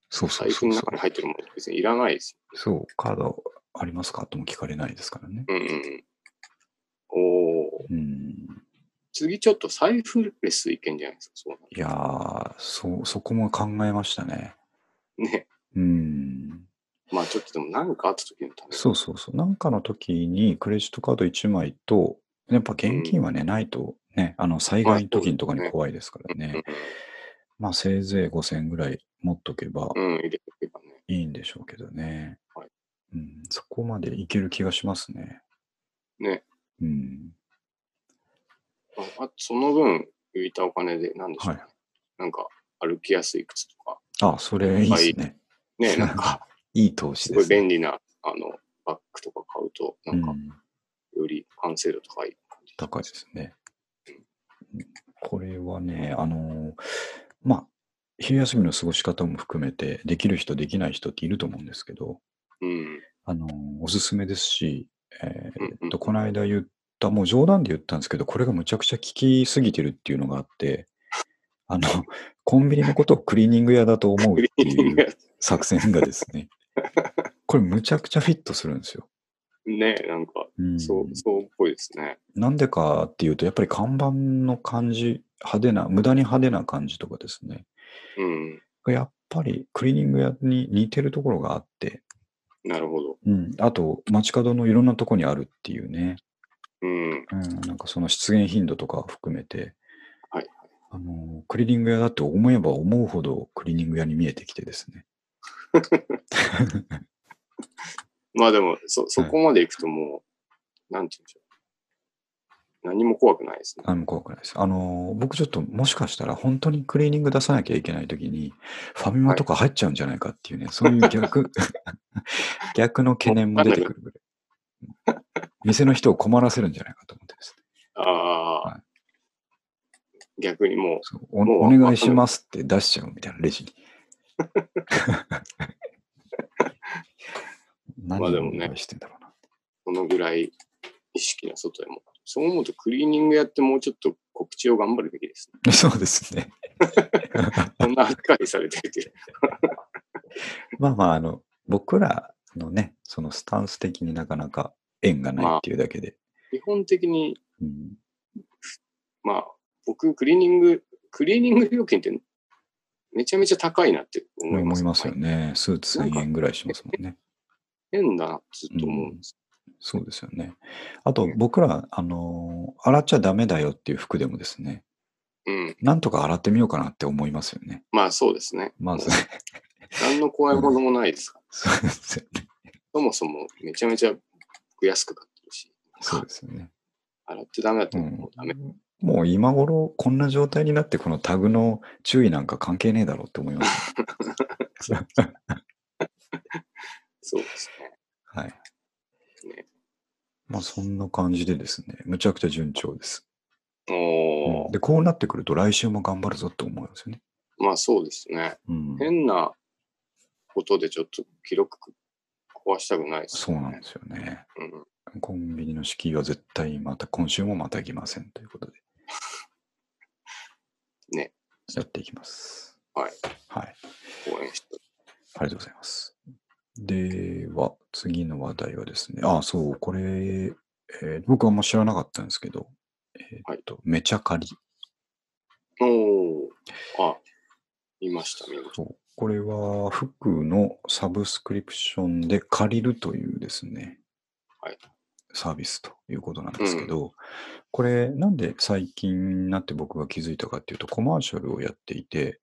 Speaker 1: そう
Speaker 2: う、
Speaker 1: そう
Speaker 2: 財布
Speaker 1: そう
Speaker 2: の
Speaker 1: そ
Speaker 2: 中に入ってるもの、別にいらないです。
Speaker 1: う。そう、カードありますかとも聞かれないですからね。
Speaker 2: うんうん。おー
Speaker 1: うん。
Speaker 2: 次ちょっと財布レスいけんじゃないですか、そうなる
Speaker 1: いやー、そ、そこも考えましたね。
Speaker 2: とね。
Speaker 1: うん。
Speaker 2: まあちょっとでも何かあった時のために。
Speaker 1: そうそうそう。なんかの時にクレジットカード1枚と、やっぱ現金はね、ないとね、あの災害の時とかに怖いですから
Speaker 2: うん
Speaker 1: ね。まあせいぜい5000円ぐらい持っとけば
Speaker 2: うん、うん、入れておけばね。
Speaker 1: いいんでしょうけどね
Speaker 2: は。
Speaker 1: うん、そこまでいける気がしますね。
Speaker 2: ね。
Speaker 1: うん。
Speaker 2: ああその分、浮いたお金で、なんでしょう、ね
Speaker 1: は
Speaker 2: なんか、歩きやすい靴とか、
Speaker 1: あ、それいいですね。
Speaker 2: ね、
Speaker 1: [LAUGHS]
Speaker 2: なんか、
Speaker 1: いい投資
Speaker 2: す
Speaker 1: で
Speaker 2: ごい
Speaker 1: す、ね。
Speaker 2: 便利な、あの、バッグとか買うと、なんか
Speaker 1: う、ん
Speaker 2: より完成度高い感じ。
Speaker 1: 高いですね。これはね、あのーまあ、昼休みの過ごし方も含めて、できる人、できない人っていると思うんですけど、
Speaker 2: うん。
Speaker 1: あのーおすすめですし、えー
Speaker 2: うんうん
Speaker 1: っと、この間言った、もう冗談で言ったんですけど、これがむちゃくちゃ効きすぎてるっていうのがあって、あの、コンビニのことをクリーニング屋だと思うっ
Speaker 2: クリ
Speaker 1: て
Speaker 2: ーニ
Speaker 1: い
Speaker 2: ング
Speaker 1: う
Speaker 2: や
Speaker 1: 作戦がですね、これむちゃくちゃフィットするんですよ。
Speaker 2: [LAUGHS] ね、なんか、
Speaker 1: うん
Speaker 2: そう、そうっぽいですね。
Speaker 1: なんでかっていうと、やっぱり看板の感じ、派手な、無駄に派手な感じとかですね。
Speaker 2: うん。
Speaker 1: やっぱりクリーニング屋に似てるところがあって、
Speaker 2: なるほど。
Speaker 1: うん、あと街角のいろんなとこにあるっていうね、
Speaker 2: うん。
Speaker 1: うん、なんかその出現頻度とか含めて、
Speaker 2: はい
Speaker 1: あの、クリーニング屋だって思えば思うほどクリーニング屋に見えてきてですね。
Speaker 2: まあでも、そ、そこまで行くともう、なんて言うんでしょう。何も怖くないですね。
Speaker 1: あの怖くないです。あの、僕ちょっともしかしたら本当にクリーニング出さなきゃいけないときに、ファミマとか入っちゃうんじゃないかっていうね、そういう逆、 [LAUGHS] 逆の懸念も出てくるぐら
Speaker 2: [LAUGHS]
Speaker 1: い。店の人を困らせるんじゃないかと思ってですね。
Speaker 2: ああ、
Speaker 1: は
Speaker 2: 逆にも
Speaker 1: そうお
Speaker 2: もう
Speaker 1: お願いしますって出しちゃうみたいな、レジ
Speaker 2: [LAUGHS]
Speaker 1: に。何
Speaker 2: まあで
Speaker 1: をお
Speaker 2: もね
Speaker 1: 願いしてんだろうな。
Speaker 2: う、そのぐらい意識の外でも。そう思うと、クリーニングやってもうちょっと告知を頑張るべきです
Speaker 1: [LAUGHS]
Speaker 2: ね。
Speaker 1: そうですね。
Speaker 2: こんな扱いされてるっていう。
Speaker 1: まあまあ、あの、僕らのね、そのスタンス的になかなか縁がないっていうだけで。
Speaker 2: 基本的に、
Speaker 1: うん
Speaker 2: まあ、僕、クリーニング、クリーニング料金ってめちゃめちゃ高いなって思いま
Speaker 1: 思
Speaker 2: す。
Speaker 1: いますよね。スーツ
Speaker 2: なん
Speaker 1: 1000
Speaker 2: か
Speaker 1: 円ぐらいしますもんね。
Speaker 2: 変だなってずっと思うんです。
Speaker 1: そうですよね。あと、僕ら、あのー洗っちゃダメだよっていう服でもですね、
Speaker 2: うん。
Speaker 1: なんとか洗ってみようかなって思いますよね。
Speaker 2: まあそうですね。
Speaker 1: まず、
Speaker 2: もう何の怖いものもないですから。
Speaker 1: [LAUGHS] そうですよね。
Speaker 2: そもそもめちゃめちゃ安く買ってるし、
Speaker 1: そうですよね。
Speaker 2: 洗ってダメだと
Speaker 1: う
Speaker 2: 思
Speaker 1: ん
Speaker 2: うダメ。
Speaker 1: もう今頃こんな状態になってこのタグの注意なんか関係ねえだろうって思います。
Speaker 2: [LAUGHS] そうですね。
Speaker 1: はい
Speaker 2: ね。
Speaker 1: まあそんな感じでですね、むちゃくちゃ順調です。
Speaker 2: おー
Speaker 1: で、こうなってくると来週も頑張るぞって思うんですよね。
Speaker 2: まあそうですね。
Speaker 1: うん、
Speaker 2: 変なことでちょっと記録壊したくないです
Speaker 1: そう
Speaker 2: よね。
Speaker 1: なんですよね。
Speaker 2: うん
Speaker 1: コンビニの敷居は絶対また今週もまた来ませんということで。
Speaker 2: [LAUGHS] ね。
Speaker 1: やっていきます。
Speaker 2: はい。
Speaker 1: はい。
Speaker 2: 応援して。
Speaker 1: ありがとうございます。では、次の話題はですね、あ、そう、これ、えー僕はあんま知らなかったんですけど、えーっと、めちゃかり。
Speaker 2: おーあ、見ました、見まし
Speaker 1: そうこれは、服のサブスクリプションで借りるというですね、
Speaker 2: はい
Speaker 1: サービスということなんですけど、これ、なんで最近になって僕が気づいたかっていうと、コマーシャルをやっていて、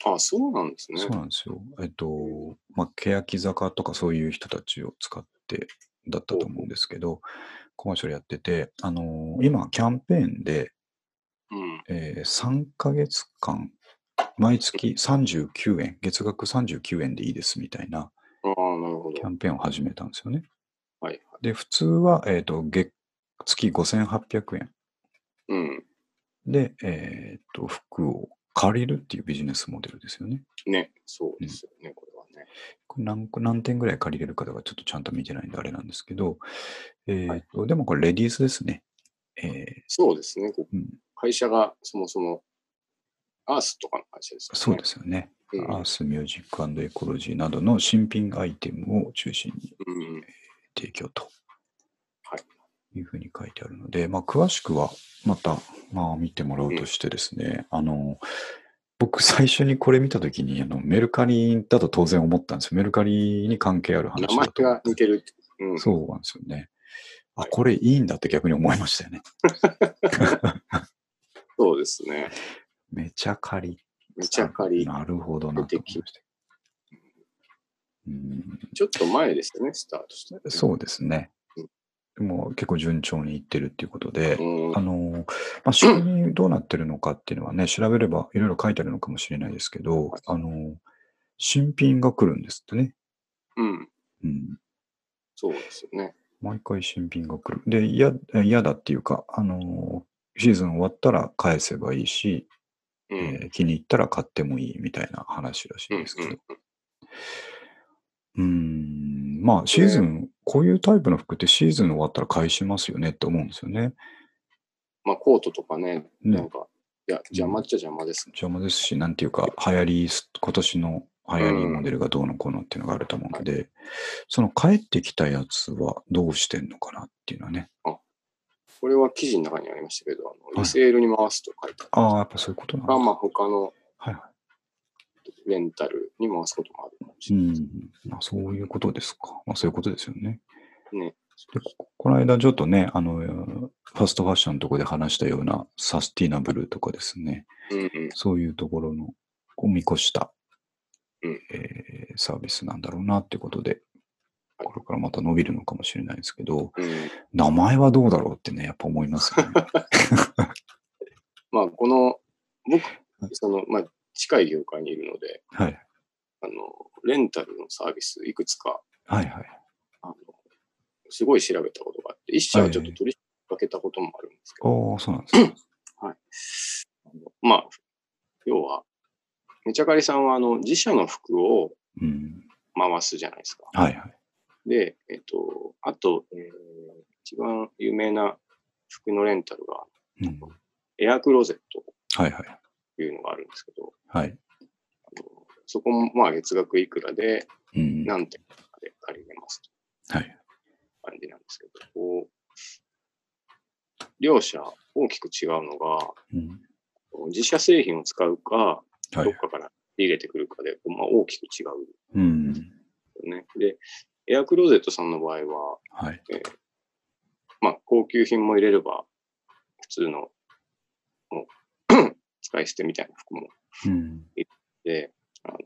Speaker 2: た。あ、そうなんですね
Speaker 1: そう。なんですよ。えっと、まあ、欅坂とかそういう人たちを使ってだったと思うんですけど、コマーシャルやってて、あのー今、キャンペーンで、
Speaker 2: うん。
Speaker 1: えー3ヶ月間、毎月39円、月額39円でいいですみたいな
Speaker 2: ああ、なるほど
Speaker 1: キ。ャンペーンを始めたんですよね。
Speaker 2: はい。
Speaker 1: で、普通は、えっと月月5800円
Speaker 2: うん。
Speaker 1: で、えっと服を借りるっていうビジネスモデルですよね。
Speaker 2: ね、そうですよね、これはね。
Speaker 1: これ何個何点ぐらい借りれるかとかちょっとちゃんと見てないんであれなんですけど、え
Speaker 2: は
Speaker 1: ー
Speaker 2: い
Speaker 1: とでもこれレディースですね。えー
Speaker 2: そうですね、こう
Speaker 1: うん、
Speaker 2: 会社がそもそも、アースとかの会社です
Speaker 1: そう
Speaker 2: よね。
Speaker 1: ですよね。
Speaker 2: う
Speaker 1: アースミュージックエコロジーなどの新品アイテムを中心に
Speaker 2: ん。うん。
Speaker 1: 提供と
Speaker 2: はい
Speaker 1: いうふうに書いてあるので、まあ、詳しくはまた、まあ、見てもらうとしてですね、あの僕最初にこれ見た時にあのメルカリだと当然思ったんですよメルカリに関係ある話
Speaker 2: 名
Speaker 1: だと
Speaker 2: 前が似てるって。うん。
Speaker 1: そうなんですよね。あ、
Speaker 2: はい
Speaker 1: これいいんだって逆に思いましたよね。
Speaker 2: そうですね。
Speaker 1: めちゃ借り。
Speaker 2: めちゃかり。
Speaker 1: なるほどなと思いました。うん、
Speaker 2: ちょっと前ですよね、スタートした。
Speaker 1: そうですね。もう結構順調にいってるっていうことで、
Speaker 2: うん。
Speaker 1: あの、まあ、仕組みどうなってるのかっていうのはね、調べればいろいろ書いてあるのかもしれないですけど、あの、新品が来るんですってね。
Speaker 2: うん。
Speaker 1: うん、
Speaker 2: そうですよね。
Speaker 1: 毎回新品が来る。で、嫌嫌だっていうか、あのーシーズン終わったら返せばいいし、
Speaker 2: うん。
Speaker 1: えー気に入ったら買ってもいいみたいな話らしい
Speaker 2: うん
Speaker 1: ですけど。うーん、まあシーズン、こういうタイプの服ってシーズン終わったら返しますよねって思うんですよね。
Speaker 2: まあ、コートとかね、
Speaker 1: ね
Speaker 2: なんか、いや、邪魔っちゃ邪魔ですね。
Speaker 1: 邪魔ですし、なんていうか、流行りす、今年の流行りモデルがどうのこうのっていうのがあると思うので、その帰ってきたやつはどうしてんのかなっていうのはね。
Speaker 2: これは記事の中にありましたけど、あ
Speaker 1: い
Speaker 2: のリセールに回すと書いてある。
Speaker 1: ああ、やっぱそういうことなんだ。
Speaker 2: まあまあ、他の
Speaker 1: はいはい。
Speaker 2: レンタルに回すこともあるかもし
Speaker 1: う
Speaker 2: れない。
Speaker 1: ん、まあ、そういうことですか。まあ、そういうことですよね。
Speaker 2: ね
Speaker 1: でここの間、ちょっとね、あの、ファストファッションのところで話したようなサスティナブルとかですね、
Speaker 2: うんうん。
Speaker 1: そういうところのを見越した、
Speaker 2: うん
Speaker 1: えーサービスなんだろうなってことで、
Speaker 2: はい
Speaker 1: これからまた伸びるのかもしれないですけど、
Speaker 2: うん、
Speaker 1: 名前はどうだろうってね、やっぱ思いますよね。
Speaker 2: [LAUGHS] まあ、この、僕、その、まあ、近い業界にいるので、
Speaker 1: はい。
Speaker 2: あの、レンタルのサービス、いくつか、
Speaker 1: はいはい。
Speaker 2: あの、すごい調べたことがあって、一社はちょっと取り分けたこともあるんですけど、
Speaker 1: ああ、そうなんですね。
Speaker 2: あのまあ、要は、めちゃかりさんは、あの、自社の服を
Speaker 1: うん。
Speaker 2: 回すじゃないですか。
Speaker 1: はいはい。
Speaker 2: で、えっと、あと、えー一番有名な服のレンタルが、
Speaker 1: うん、
Speaker 2: エアクローゼット
Speaker 1: はいはい。
Speaker 2: というのがあるんですけど、
Speaker 1: はい。
Speaker 2: あのそこもまあ月額いくらで
Speaker 1: うん。
Speaker 2: 何点かで借りれますと
Speaker 1: はい。
Speaker 2: いう感じなんですけど、こう、両者大きく違うのが、
Speaker 1: うん。
Speaker 2: 自社製品を使うか、
Speaker 1: は
Speaker 2: どっ
Speaker 1: い。
Speaker 2: かから入れてくるかで、こうまあ、大きく違う
Speaker 1: うん。
Speaker 2: よね。で、エアクローゼットさんの場合は、
Speaker 1: はい。
Speaker 2: まあ、高級品も入れれば、普通の、もう [CLEARS THROAT] 使い捨てみたいな服も
Speaker 1: うん。
Speaker 2: で、あの、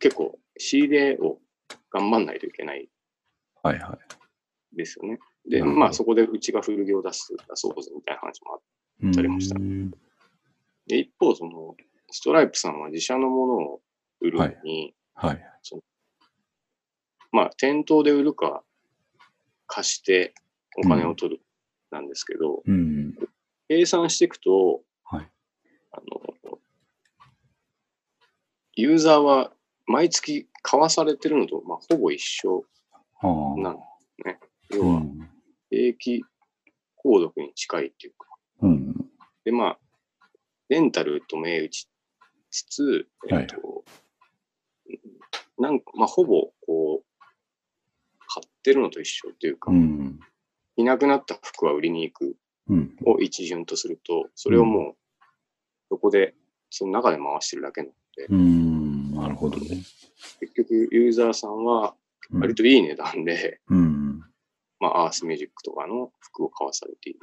Speaker 2: 結構仕入れを頑張んないといけない
Speaker 1: はいはい。
Speaker 2: ですよね。で、
Speaker 1: なるほど
Speaker 2: まあそこでうちが古着を出す、出そうぜみたいな話もあって。
Speaker 1: うん
Speaker 2: 取りました
Speaker 1: うん
Speaker 2: で、一方、その、ストライプさんは自社のものを売るのに、
Speaker 1: はい。
Speaker 2: まあ店頭で売るか、貸してお金を取るなんですけど、
Speaker 1: うん。
Speaker 2: 計算していくと、
Speaker 1: はい
Speaker 2: あの、ユーザーは毎月買わされてるのと、まあ、ほぼ一緒
Speaker 1: あ
Speaker 2: な
Speaker 1: あ。
Speaker 2: んですね。要
Speaker 1: う
Speaker 2: は、
Speaker 1: ん。
Speaker 2: 定期購読に近いっていうか。
Speaker 1: うん。
Speaker 2: で、まあ、レンタルと銘打ちつつ、えっ、と、なんか、まあ、ほぼ、こう、買ってるのと一緒っていうか、
Speaker 1: うん。
Speaker 2: いなくなった服は売りに行く
Speaker 1: うん。
Speaker 2: を一巡とすると、それをもう、そこで、その中で回してるだけなので、
Speaker 1: うん。なるほどね。
Speaker 2: 結局、ユーザーさんは、
Speaker 1: うん
Speaker 2: 割といい値段で、
Speaker 1: うん。
Speaker 2: まあ、アースミュージックとかの服を買わされている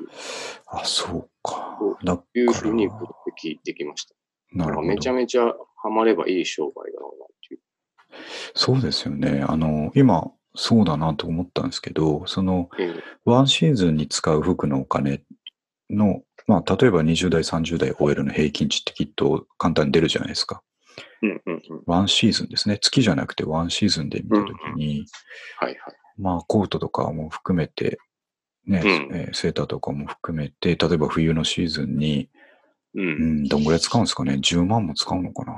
Speaker 1: あ、そうか
Speaker 2: そ。
Speaker 1: だ
Speaker 2: という
Speaker 1: か
Speaker 2: ふ
Speaker 1: ら
Speaker 2: うに分析できました。
Speaker 1: な
Speaker 2: だ
Speaker 1: るほ
Speaker 2: から
Speaker 1: ど。
Speaker 2: めちゃめちゃハマればいい商売だろうなっていう。
Speaker 1: そうですよね。あの、今、そうだなと思ったんですけど、その、
Speaker 2: ええ
Speaker 1: ワンシーズンに使う服のお金の、まあ、例えば20代、30代 OL の平均値ってきっと簡単に出るじゃないですか。
Speaker 2: うんうんうん。
Speaker 1: ワンシーズンですね。月じゃなくてワンシーズンで見たときに、
Speaker 2: はいはい。
Speaker 1: まあ、コートとかも含めて、ね、
Speaker 2: うん
Speaker 1: えーセーターとかも含めて、例えば冬のシーズンに、
Speaker 2: う。
Speaker 1: うんん、どんぐらい使うんですかね ?10 万も使うのかな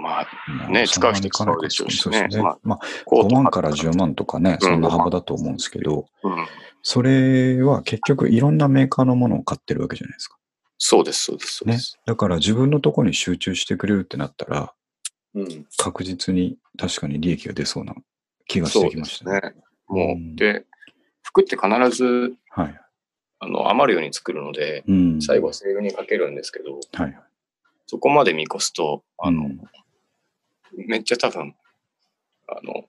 Speaker 2: まあ、
Speaker 1: まあ
Speaker 2: ね
Speaker 1: そんなに
Speaker 2: 使う人
Speaker 1: いかないかも
Speaker 2: 使うでしょうしね
Speaker 1: そうですね。
Speaker 2: まあ
Speaker 1: まあ、
Speaker 2: コー
Speaker 1: 5
Speaker 2: ト
Speaker 1: 万から10万とかね、そんな幅だと思うんですけど、
Speaker 2: うん。
Speaker 1: それは結局いろんなメーカーのものを買ってるわけじゃないですか。
Speaker 2: そうです、そうです、そうで
Speaker 1: ね
Speaker 2: す。。
Speaker 1: だから自分のとこに集中してくれるってなったら、
Speaker 2: うん。
Speaker 1: 確実に確かに利益が出そうな気がし
Speaker 2: そ
Speaker 1: て
Speaker 2: う
Speaker 1: き
Speaker 2: で
Speaker 1: まし
Speaker 2: す
Speaker 1: たね。
Speaker 2: ね。も
Speaker 1: うん
Speaker 2: う、で、服って必ず、
Speaker 1: はい。
Speaker 2: あの、余るように作るので、
Speaker 1: うん。
Speaker 2: 最後はセールにかけるんですけど、
Speaker 1: はいはい。
Speaker 2: そこまで見越すと、あの、
Speaker 1: うん
Speaker 2: めっちゃ多分、あの、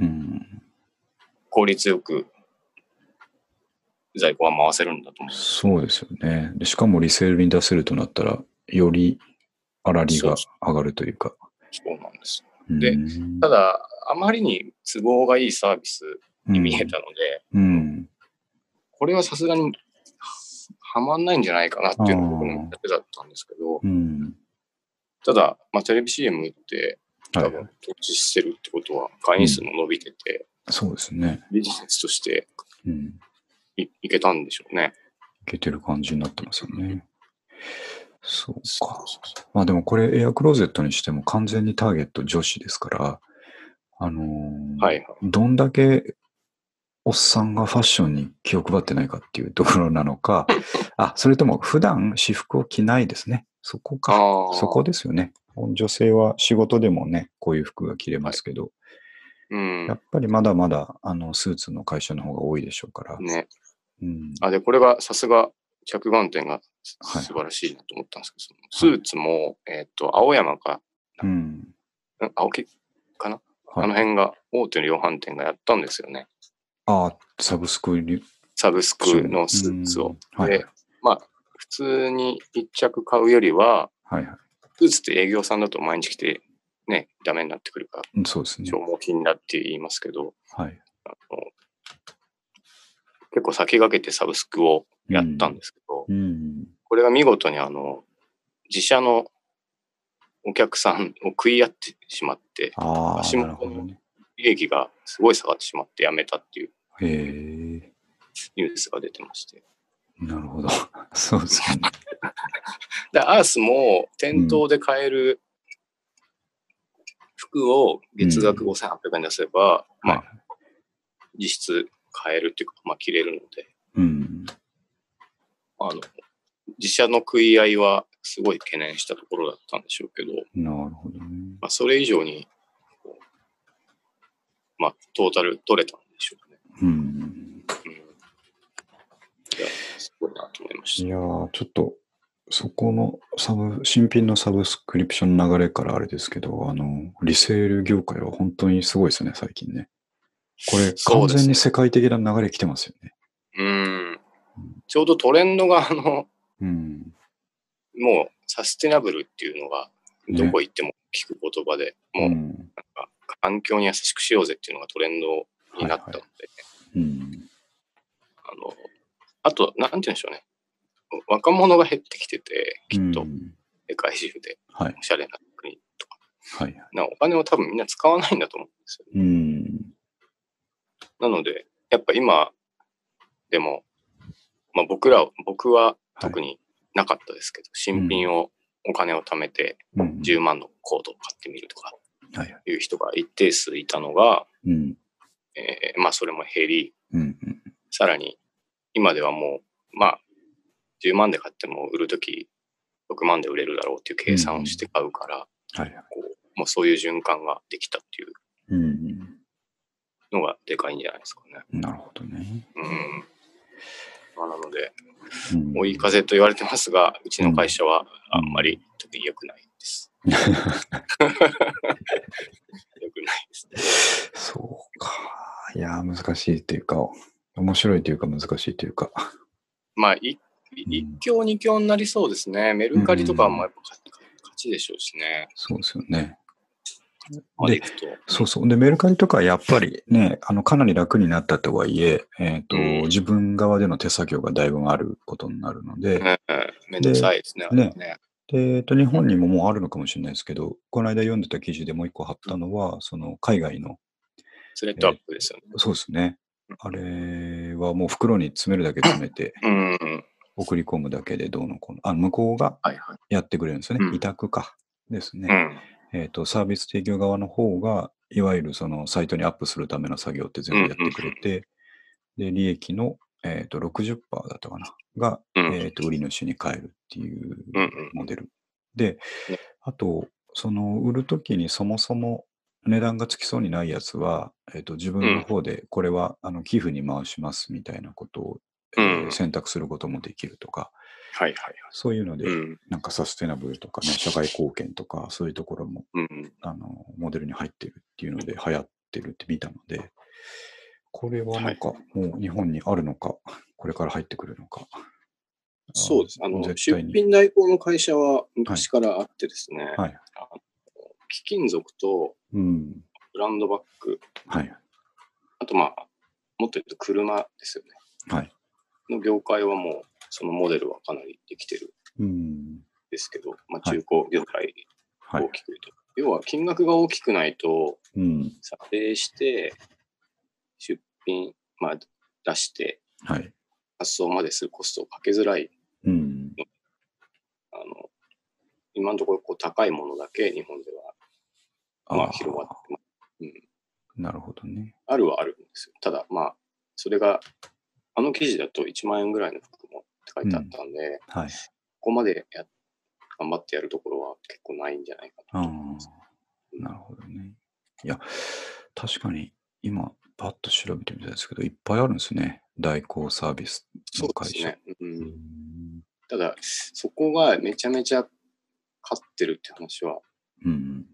Speaker 1: うん。
Speaker 2: 効率よく在庫は回せるんだと思
Speaker 1: そうですよね。でしかもリセールに出せるとなったら、より粗利が上がるというか。
Speaker 2: う。そうなんです。で
Speaker 1: うん
Speaker 2: ただ、あまりに都合がいいサービスに見えたので、
Speaker 1: うん。
Speaker 2: これはさすがにははまんないんじゃないかなっていうのが僕の見立てだったんですけど、
Speaker 1: うん。
Speaker 2: ただ、まあ、テレビ CM って
Speaker 1: は
Speaker 2: 多
Speaker 1: い。
Speaker 2: 分投資してるってことは会員数も伸びてて、
Speaker 1: そうですね。
Speaker 2: ビジネスとして
Speaker 1: うん。
Speaker 2: いいけたんでしょうね。
Speaker 1: いけてる感じになってますよね。そうか。まあでもこれエアクローゼットにしても完全にターゲット女子ですから、あのー
Speaker 2: はいはい。
Speaker 1: どんだけおっさんがファッションに気を配ってないかっていうところなのか、
Speaker 2: [LAUGHS]
Speaker 1: あ、それとも普段私服を着ないですね。そこか。
Speaker 2: あー
Speaker 1: そこですよね。女性は仕事でもね、こういう服が着れますけど、
Speaker 2: うん
Speaker 1: や。っぱりまだまだあのスーツの会社の方が多いでしょうから。
Speaker 2: ね。
Speaker 1: うん、
Speaker 2: あ、で、これがさすが着眼点がす
Speaker 1: はい
Speaker 2: 素晴らしいなと思ったんですけど、そのスーツも、えっ、と、青山か、
Speaker 1: うん。
Speaker 2: ん青木かな、
Speaker 1: はい
Speaker 2: あの辺が大手の量販店がやったんですよね。
Speaker 1: ああ、サブスクに
Speaker 2: サブスクのスーツ
Speaker 1: う
Speaker 2: を。
Speaker 1: んはい
Speaker 2: で、まあ、普通に1着買うよりは、
Speaker 1: はいは
Speaker 2: スーツって営業さんだと毎日着て、ね、ダメになってくるから、
Speaker 1: い。そうですね。
Speaker 2: 消耗品だって言いますけど、
Speaker 1: はい。
Speaker 2: あの結構先駆けてサブスクをやったんですけど、
Speaker 1: うん。
Speaker 2: これが見事にあの、自社のお客さんを食い合ってしまって、
Speaker 1: ああ、
Speaker 2: 足
Speaker 1: な
Speaker 2: 元
Speaker 1: るほどね。
Speaker 2: 利益がすごい下がってしまってやめたっていう
Speaker 1: へえ、
Speaker 2: ニュースが出てまして。
Speaker 1: なるほど。 [LAUGHS] そうですよね。
Speaker 2: で、アースも店頭で買える服を月額
Speaker 1: うん
Speaker 2: 5800円出せば、ま
Speaker 1: は
Speaker 2: あ、実質買えるっていうか、まあ、着れるので、
Speaker 1: うん。
Speaker 2: あの、自社の食い合いはすごい懸念したところだったんでしょうけど、
Speaker 1: なるほどね。
Speaker 2: まあ、それ以上に、こうまあ、トータル取れたんでしょうね。
Speaker 1: うん。
Speaker 2: うん、いや、すごいなと思いまし
Speaker 1: い
Speaker 2: た。
Speaker 1: やー、ちょっと、そこのサブ、新品のサブスクリプションの流れからあれですけど、あの、リセール業界は本当にすごいですね、最近ね。これ、
Speaker 2: そ
Speaker 1: 完
Speaker 2: うですね
Speaker 1: 全に世界的な流れ来てますよね。
Speaker 2: うん。ちょうどトレンドが、あの、
Speaker 1: うん。
Speaker 2: もうサステナブルっていうのが
Speaker 1: ね
Speaker 2: どこ行っても聞く言葉で、
Speaker 1: う。
Speaker 2: もうん環境に優しくしようぜっていうのがトレンドになったの
Speaker 1: は
Speaker 2: で、
Speaker 1: いはいうん。
Speaker 2: あの、あと、なんて言うんでしょうね。若者が減ってきてて、きっ
Speaker 1: う
Speaker 2: と、
Speaker 1: ん
Speaker 2: 世界中で、
Speaker 1: はい。
Speaker 2: おしゃれな国とか、
Speaker 1: はい。
Speaker 2: なお金を多分みんな使わないんだと思うんですよ。
Speaker 1: うん。
Speaker 2: なので、やっぱ今、でも、まあ僕ら、僕は特になかったですけど、新品を、お金を貯めて
Speaker 1: うん。
Speaker 2: 10万のコードを買ってみるとか
Speaker 1: はいはい。
Speaker 2: いう人が一定数いたのが、
Speaker 1: うん。
Speaker 2: えーまあそれも減り、
Speaker 1: うん。うん
Speaker 2: さらに今ではもう、まあ10万で買っても売るとき6万で売れるだろうっていう計算をして買うから、
Speaker 1: はいはい。
Speaker 2: もうそういう循環ができたっていう
Speaker 1: うん。
Speaker 2: のがでかいんじゃないですかね。
Speaker 1: なるほどね。
Speaker 2: うん。まあ、なので、
Speaker 1: うん
Speaker 2: 追い風と言われてますが、うちの会社はあんまり特に良くない
Speaker 1: [LAUGHS]
Speaker 2: です。良くないですね。
Speaker 1: そうか。いやー、難しいというか、面白いというか難しいというか。
Speaker 2: まあ、い一強二強になりそうですね。メルカリとかはもうやっぱ勝勝ちでしょうしね。
Speaker 1: そうですよね。
Speaker 2: までいくと。
Speaker 1: そうそう。で、メルカリとかやっぱりね、あの、かなり楽になったとはいえ、えっ、と、
Speaker 2: うん
Speaker 1: 自分側での手作業がだいぶあることになるので、
Speaker 2: ねめんどくさいですね。あれね
Speaker 1: でえっと、日本にももうあるのかもしれないですけど、この間読んでた記事でもう一個貼ったのは、その、海外の、
Speaker 2: スレッドアップですよね。
Speaker 1: そうですね。あれはもう袋に詰めるだけ詰めて、
Speaker 2: うんうん。
Speaker 1: 送り込むだけでどうのこうの。あの向こうが
Speaker 2: はいはい。
Speaker 1: やってくれるんですよね。
Speaker 2: うん
Speaker 1: 委託か。ですね。
Speaker 2: うん。
Speaker 1: えっとサービス提供側の方が、いわゆるそのサイトにアップするための作業って全部やってくれて、で、利益の、えっと60%だったかな、が、
Speaker 2: うん
Speaker 1: えっと売り主に変えるっていう
Speaker 2: うんうん
Speaker 1: モデル。で
Speaker 2: ね、
Speaker 1: あと、その売るときにそもそも値段がつきそうにないやつは、えっと自分の方でこれはあの寄付に回しますみたいなことを、えー
Speaker 2: うん
Speaker 1: 選択することもできるとか、
Speaker 2: はいはい。
Speaker 1: そういうので、
Speaker 2: うん。
Speaker 1: なんかサステナブルとかね、社会貢献とか、そういうところも
Speaker 2: うん。
Speaker 1: あの、モデルに入ってるっていうので流行ってるって見たので、これはなんかもう日本にあるのか、これから入ってくるのか。
Speaker 2: そうです。あの、
Speaker 1: 絶
Speaker 2: 出
Speaker 1: 対に。
Speaker 2: 品代行の会社は昔からあってですね、
Speaker 1: はい。
Speaker 2: 貴金属と
Speaker 1: うん。
Speaker 2: ブランドバッグ、
Speaker 1: はい。
Speaker 2: あとまあ、もっと言うと車ですよね。
Speaker 1: はい。
Speaker 2: の業界はもう、そのモデルはかなりできてるん
Speaker 1: うん。
Speaker 2: ですけど、まあ、
Speaker 1: はい
Speaker 2: 中古業界
Speaker 1: は
Speaker 2: 大
Speaker 1: い。
Speaker 2: きく言うと。要は、金額が大きくないと、
Speaker 1: うん。
Speaker 2: 査定して、出品、まあ、出して、
Speaker 1: はい。
Speaker 2: 発送までするコストをかけづらい、
Speaker 1: うん。
Speaker 2: あの、今のところこう高いものだけ日本ではまあ広がってます
Speaker 1: ーなるほどね。
Speaker 2: あるはあるんですよ。ただ、まあ、それが、あの記事だと1万円ぐらいの服もって書いてあったんで、こ
Speaker 1: はい。
Speaker 2: こまでや頑張ってやるところは結構ないんじゃないか
Speaker 1: ああ
Speaker 2: なと思います。、
Speaker 1: なるほどね。いや、確かに今、パッと調べてみたんですけど、いっぱいあるんですね。代行サービス
Speaker 2: そ
Speaker 1: の
Speaker 2: うで
Speaker 1: 会
Speaker 2: す
Speaker 1: 社。
Speaker 2: ね。う、
Speaker 1: うんん
Speaker 2: ただ、そこがめちゃめちゃ勝ってるって話は
Speaker 1: うん。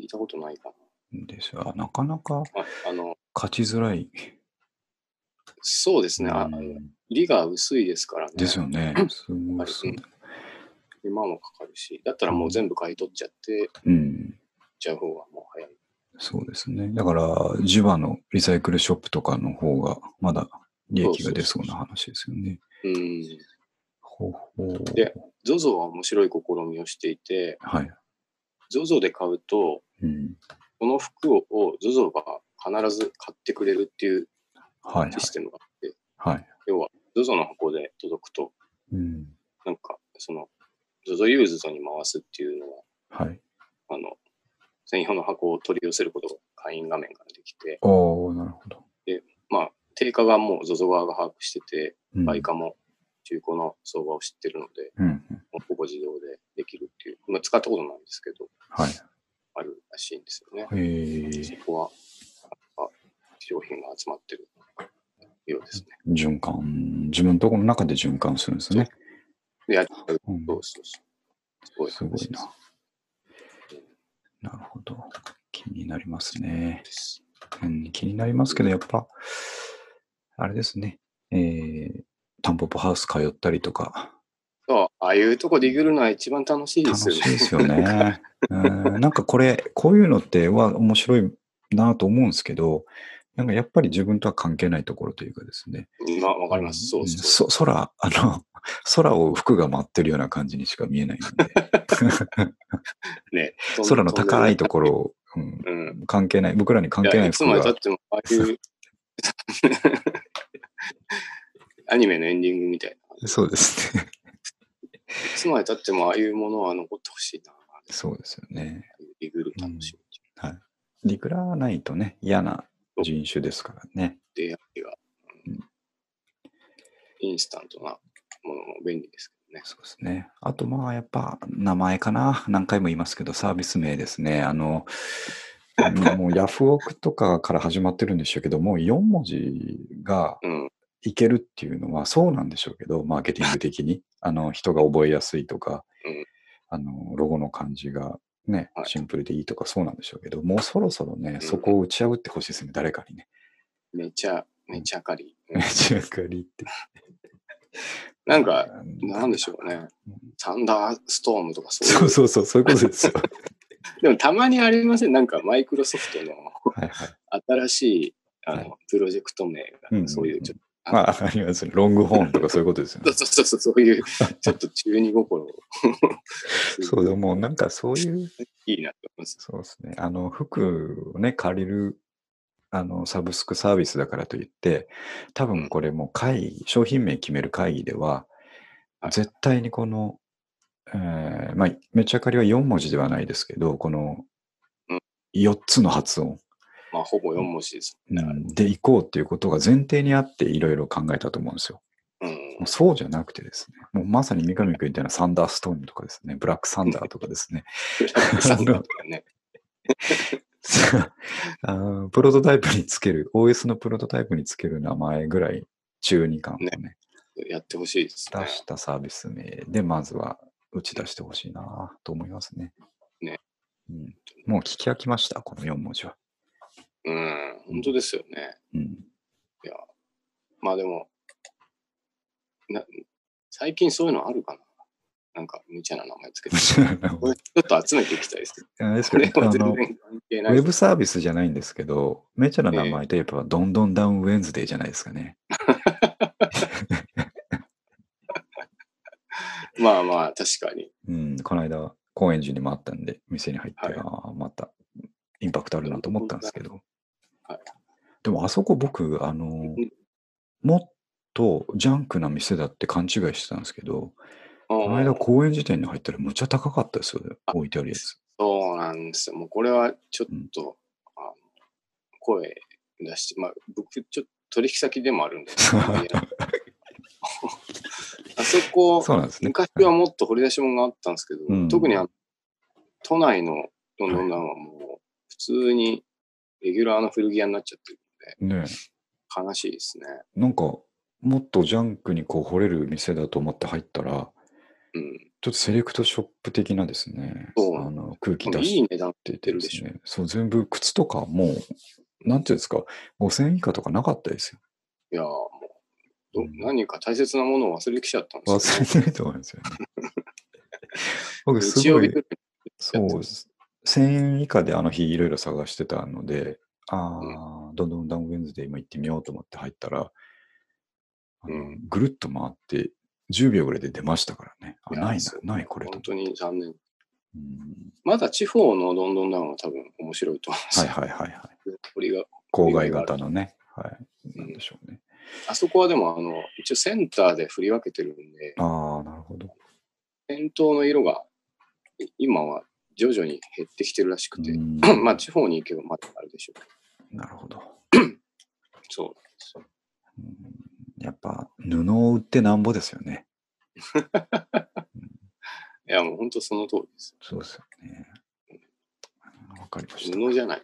Speaker 2: 聞いたことないか
Speaker 1: ですよ。あなかなか
Speaker 2: な。ああの、
Speaker 1: 勝ちづらい。
Speaker 2: そうですね。ああ
Speaker 1: う
Speaker 2: の
Speaker 1: ん
Speaker 2: 利が薄いですからね。
Speaker 1: ですよね。すごいっすね。
Speaker 2: 手間もかかるし、だったらもう全部買い取っちゃって、売っ
Speaker 1: うん。
Speaker 2: ちゃう方がもう早い。
Speaker 1: そうですね。だから、ジバのリサイクルショップとかの方が、まだ利益が出そうな話ですよね。
Speaker 2: うん。
Speaker 1: ほうほう。
Speaker 2: で ZOZO は面白い試みをしていて、
Speaker 1: はい。
Speaker 2: ZOZO で買うと、
Speaker 1: うん。
Speaker 2: この服を ZOZO が必ず買ってくれるっていう
Speaker 1: はいはい
Speaker 2: シ。ステムがあって、
Speaker 1: はい。
Speaker 2: 要は ZOZO の箱で届くと、
Speaker 1: うん。
Speaker 2: なんかその ZOZO ユーズドに回すっていうのは、
Speaker 1: はい。
Speaker 2: あの、専用の箱を取り寄せることが会員画面からできて、
Speaker 1: おー、なるほど。
Speaker 2: まあ、定価がもう ZOZO 側が把握してて、
Speaker 1: うん
Speaker 2: 売価も中古の相場を知ってるので、
Speaker 1: うん。うん
Speaker 2: もうほぼ自動でできるっていう、まあ、使ったことないんですけど、
Speaker 1: はい。
Speaker 2: あるらしいんですよね。
Speaker 1: えー
Speaker 2: そ、こは、あ商品が集まってるようですね。
Speaker 1: 循環。自分のところの中で循環するんですね。
Speaker 2: でやっ
Speaker 1: うん
Speaker 2: そうそうそう。
Speaker 1: すごい
Speaker 2: 話
Speaker 1: な。なるほど。気になりますね。
Speaker 2: です。
Speaker 1: うん、気になりますけど、やっぱ、あれですね、えー、タンポポハウス通ったりとか、
Speaker 2: そう、ああいうとこでィグるのは一番楽しいで
Speaker 1: 楽
Speaker 2: す
Speaker 1: し
Speaker 2: よ
Speaker 1: い
Speaker 2: ね。
Speaker 1: ですよ
Speaker 2: [LAUGHS]
Speaker 1: ね。うんなんかこれ、こういうのっては面白いなと思うんですけど、なんかやっぱり自分とは関係ないところというかですね。
Speaker 2: まあ、わかります。そうそう。
Speaker 1: そ空、あの、 [LAUGHS] 空を服が舞ってるような感じにしか見え
Speaker 2: [LAUGHS]
Speaker 1: ないので、
Speaker 2: ね。
Speaker 1: 空の高い
Speaker 2: と。
Speaker 1: ところを、うん、
Speaker 2: うん。
Speaker 1: 関係ない、僕らに関
Speaker 2: い
Speaker 1: 係な
Speaker 2: や、
Speaker 1: い
Speaker 2: いつ
Speaker 1: 服
Speaker 2: まで
Speaker 1: が
Speaker 2: 経っても、ああいう、
Speaker 1: [LAUGHS]
Speaker 2: アニメのエンディングみたいな。
Speaker 1: そうですね。 [LAUGHS]
Speaker 2: いつまで経っても、ああいうものは残ってほしいな。
Speaker 1: そうですよね。
Speaker 2: リグル楽しみ。
Speaker 1: はい。リクラないとね、嫌な人種ですからね。
Speaker 2: 出会いが
Speaker 1: うん。
Speaker 2: インスタントなものも便利ですけどね。
Speaker 1: そうですね。あと、まあ、やっぱ、名前かな。何回も言いますけど、サービス名ですね。あの、もうヤフオクとかから始まってるんでしょうけど、もう4文字が
Speaker 2: うん。
Speaker 1: いけるっていうのはそうなんでしょうけど、マーケティング的
Speaker 2: [LAUGHS]
Speaker 1: に。あの、人が覚えやすいとか
Speaker 2: うん、
Speaker 1: あの、ロゴの感じがね
Speaker 2: は、い
Speaker 1: シンプルでいいとかそうなんでしょうけど、もうそろそろね
Speaker 2: ん、
Speaker 1: そこを打ち破ってほしいですね、誰かにね。
Speaker 2: めちゃ、めちゃかり。うん
Speaker 1: [LAUGHS] めちゃくりって。
Speaker 2: なんか、
Speaker 1: うん
Speaker 2: なんでしょうね
Speaker 1: うん。
Speaker 2: サンダーストームとかそういう
Speaker 1: そうそうそう、そういうこと
Speaker 2: [LAUGHS]
Speaker 1: ですよ。
Speaker 2: でもたまにありません。なんかマイクロソフトの
Speaker 1: はいはい。
Speaker 2: 新しいあの、
Speaker 1: はい
Speaker 2: プロジェクト名
Speaker 1: うんうんう
Speaker 2: が
Speaker 1: ん
Speaker 2: そういうちょっと、
Speaker 1: まあ、ありますね。ロングホーンとかそういうことですよね。
Speaker 2: そうそうそうそういうちょっと中二心を
Speaker 1: そうでも、なんかそういう、
Speaker 2: いいなと思います。
Speaker 1: そうですね。あの、服をね、借りる、あの、サブスクサービスだからといって、多分これもう会議、商品名決める会議では
Speaker 2: は、い
Speaker 1: 絶対にこの、えーまあ、めちゃかりは4文字ではないですけど、この
Speaker 2: うん
Speaker 1: 4つの発音。
Speaker 2: まあほぼ4文字です。だから
Speaker 1: で行こうっていうことが前提にあっていろいろ考えたと思うんですよ。
Speaker 2: うん
Speaker 1: もうそうじゃなくてですね、もうまさに三上君みたいなサンダーストーンとかですね、ブラックサンダーとかですね、
Speaker 2: サンダーとかね。
Speaker 1: [LAUGHS] あのプロトタイプにつける、OS のプロトタイプにつける名前ぐらい中二感をね、
Speaker 2: やってほしいですね
Speaker 1: 出。したサービス名でまずは打ち出してほしいなと思いますね。
Speaker 2: ね
Speaker 1: うん。もう聞き飽きました、この4文字は。
Speaker 2: うん、本当ですよね。 [LAUGHS]
Speaker 1: うん。
Speaker 2: いや、まあでも、な最近そういうのあるかななんか無茶な名前つ
Speaker 1: [LAUGHS]
Speaker 2: けて。ちょっと集めていきたいです。
Speaker 1: あれです
Speaker 2: こ
Speaker 1: け
Speaker 2: れ
Speaker 1: ど
Speaker 2: は
Speaker 1: あ
Speaker 2: 全
Speaker 1: の
Speaker 2: 然関係な
Speaker 1: ウェ
Speaker 2: いです。
Speaker 1: ブサービスじゃないんですけど、めちゃな名前といえば、どんどんダウンウェンズデーじゃないですかね。
Speaker 2: まあまあ、確かに。
Speaker 1: うん、この間、高円寺にもあったんで、店に入って、
Speaker 2: はい
Speaker 1: ああ、また、インパクトあるなと思ったんですけど。
Speaker 2: はい
Speaker 1: でも、あそこ僕、あの、もっとジャンクな店だって勘違いしてたんですけど、この間、
Speaker 2: うん
Speaker 1: 高円寺店に入ったら、むっちゃ高かったですよ、
Speaker 2: あ
Speaker 1: 置いてあるやつ。
Speaker 2: そうなんですよ。もうこれはちょっと、あの声出して、まあ、僕、ちょっと取引先でもあるん
Speaker 1: [LAUGHS]
Speaker 2: で、あそこ、
Speaker 1: そうなんですね。
Speaker 2: 昔はもっと掘り出し物があったんですけど、
Speaker 1: うん
Speaker 2: 特にあの都内のどんどんどんはもう普通にレギュラーの古着屋になっちゃってる
Speaker 1: ね
Speaker 2: ので悲しいですね。
Speaker 1: なんか、もっとジャンクにこう、惚れる店だと思って入ったら、
Speaker 2: うん。
Speaker 1: ちょっとセレクトショップ的なですね、
Speaker 2: そう
Speaker 1: あの空気
Speaker 2: でも
Speaker 1: 出
Speaker 2: い
Speaker 1: し
Speaker 2: い値段
Speaker 1: て
Speaker 2: て
Speaker 1: て
Speaker 2: る
Speaker 1: で
Speaker 2: ですしょ
Speaker 1: ね、そう、全部靴とかもう、なんていうんですか、5000円以下とかなかったです
Speaker 2: [LAUGHS]
Speaker 1: よ。
Speaker 2: いやーもうど
Speaker 1: うん
Speaker 2: 何か大切なものを忘れてきちゃったんですよ、
Speaker 1: 忘れ
Speaker 2: ね。
Speaker 1: てると思いますよ
Speaker 2: [LAUGHS]
Speaker 1: ね。僕、
Speaker 2: 日
Speaker 1: すご
Speaker 2: 曜日
Speaker 1: い
Speaker 2: くらい、
Speaker 1: そう、1000円以下であの日いろいろ探してたので、ああ、どんどんダウンウェンズで今行ってみようと思って入ったら、あの
Speaker 2: うん
Speaker 1: ぐるっと回って、10秒ぐらいで出ましたからね。あ、
Speaker 2: いや
Speaker 1: ない
Speaker 2: そう
Speaker 1: な、ないこれと
Speaker 2: 本。当に残念。
Speaker 1: うん
Speaker 2: まだ地方のどんどんダウンは多分面白いと思うんです
Speaker 1: はい
Speaker 2: よ。
Speaker 1: はいはいはい。
Speaker 2: これが
Speaker 1: 郊外型のね。はい。
Speaker 2: う
Speaker 1: な
Speaker 2: ん
Speaker 1: んでしょうね。
Speaker 2: あそこはでもあの一応センターで振り分けてるんで、
Speaker 1: ああ、なるほど。
Speaker 2: 店頭の色がい今は徐々に減ってきてるらしくて、
Speaker 1: うん
Speaker 2: まあ地方に行けばまだあるでしょうけど。
Speaker 1: なるほど。
Speaker 2: そうですよ。
Speaker 1: うんやっぱ布を売ってなんぼですよね。
Speaker 2: いやもう本当その通りです。
Speaker 1: そうですよね。わかりまし
Speaker 2: 布じゃない。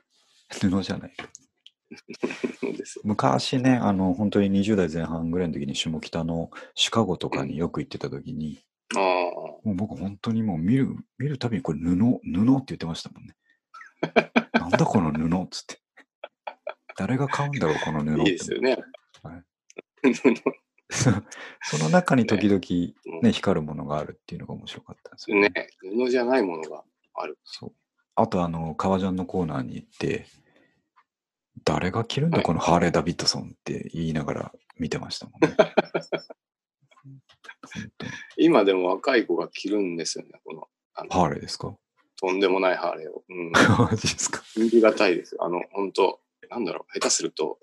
Speaker 1: た。布じゃない。
Speaker 2: 布です。
Speaker 1: 昔ね、あの、本当に20代前半ぐらいの時に下北のシカゴとかによく行ってた時に、
Speaker 2: ああ、
Speaker 1: もう僕本当にもう見る、見るたびにこれ布、布って言ってましたもんね。なんだこの布っつって。誰が買うんだろう、この布って。
Speaker 2: いいですよね。
Speaker 1: はい [LAUGHS]
Speaker 2: 布
Speaker 1: そその中に時々、
Speaker 2: ね
Speaker 1: ね、光るものがあるっていうのが面白かったんですよ
Speaker 2: [LAUGHS] ね、布じゃないものがある。
Speaker 1: そうあと、あの、革ジャンのコーナーに行って、誰が着るんだ、
Speaker 2: はい
Speaker 1: このハーレー・ダビッドソンって言いながら見てましたもん [LAUGHS] ね。本当に
Speaker 2: 今でも若い子が着るんですよね、この、あの
Speaker 1: ハーレーですか [LAUGHS]
Speaker 2: とんでもないハーレーを。うん、
Speaker 1: マジですか
Speaker 2: 信じがたいです。あの、本当なんだろう、下手すると、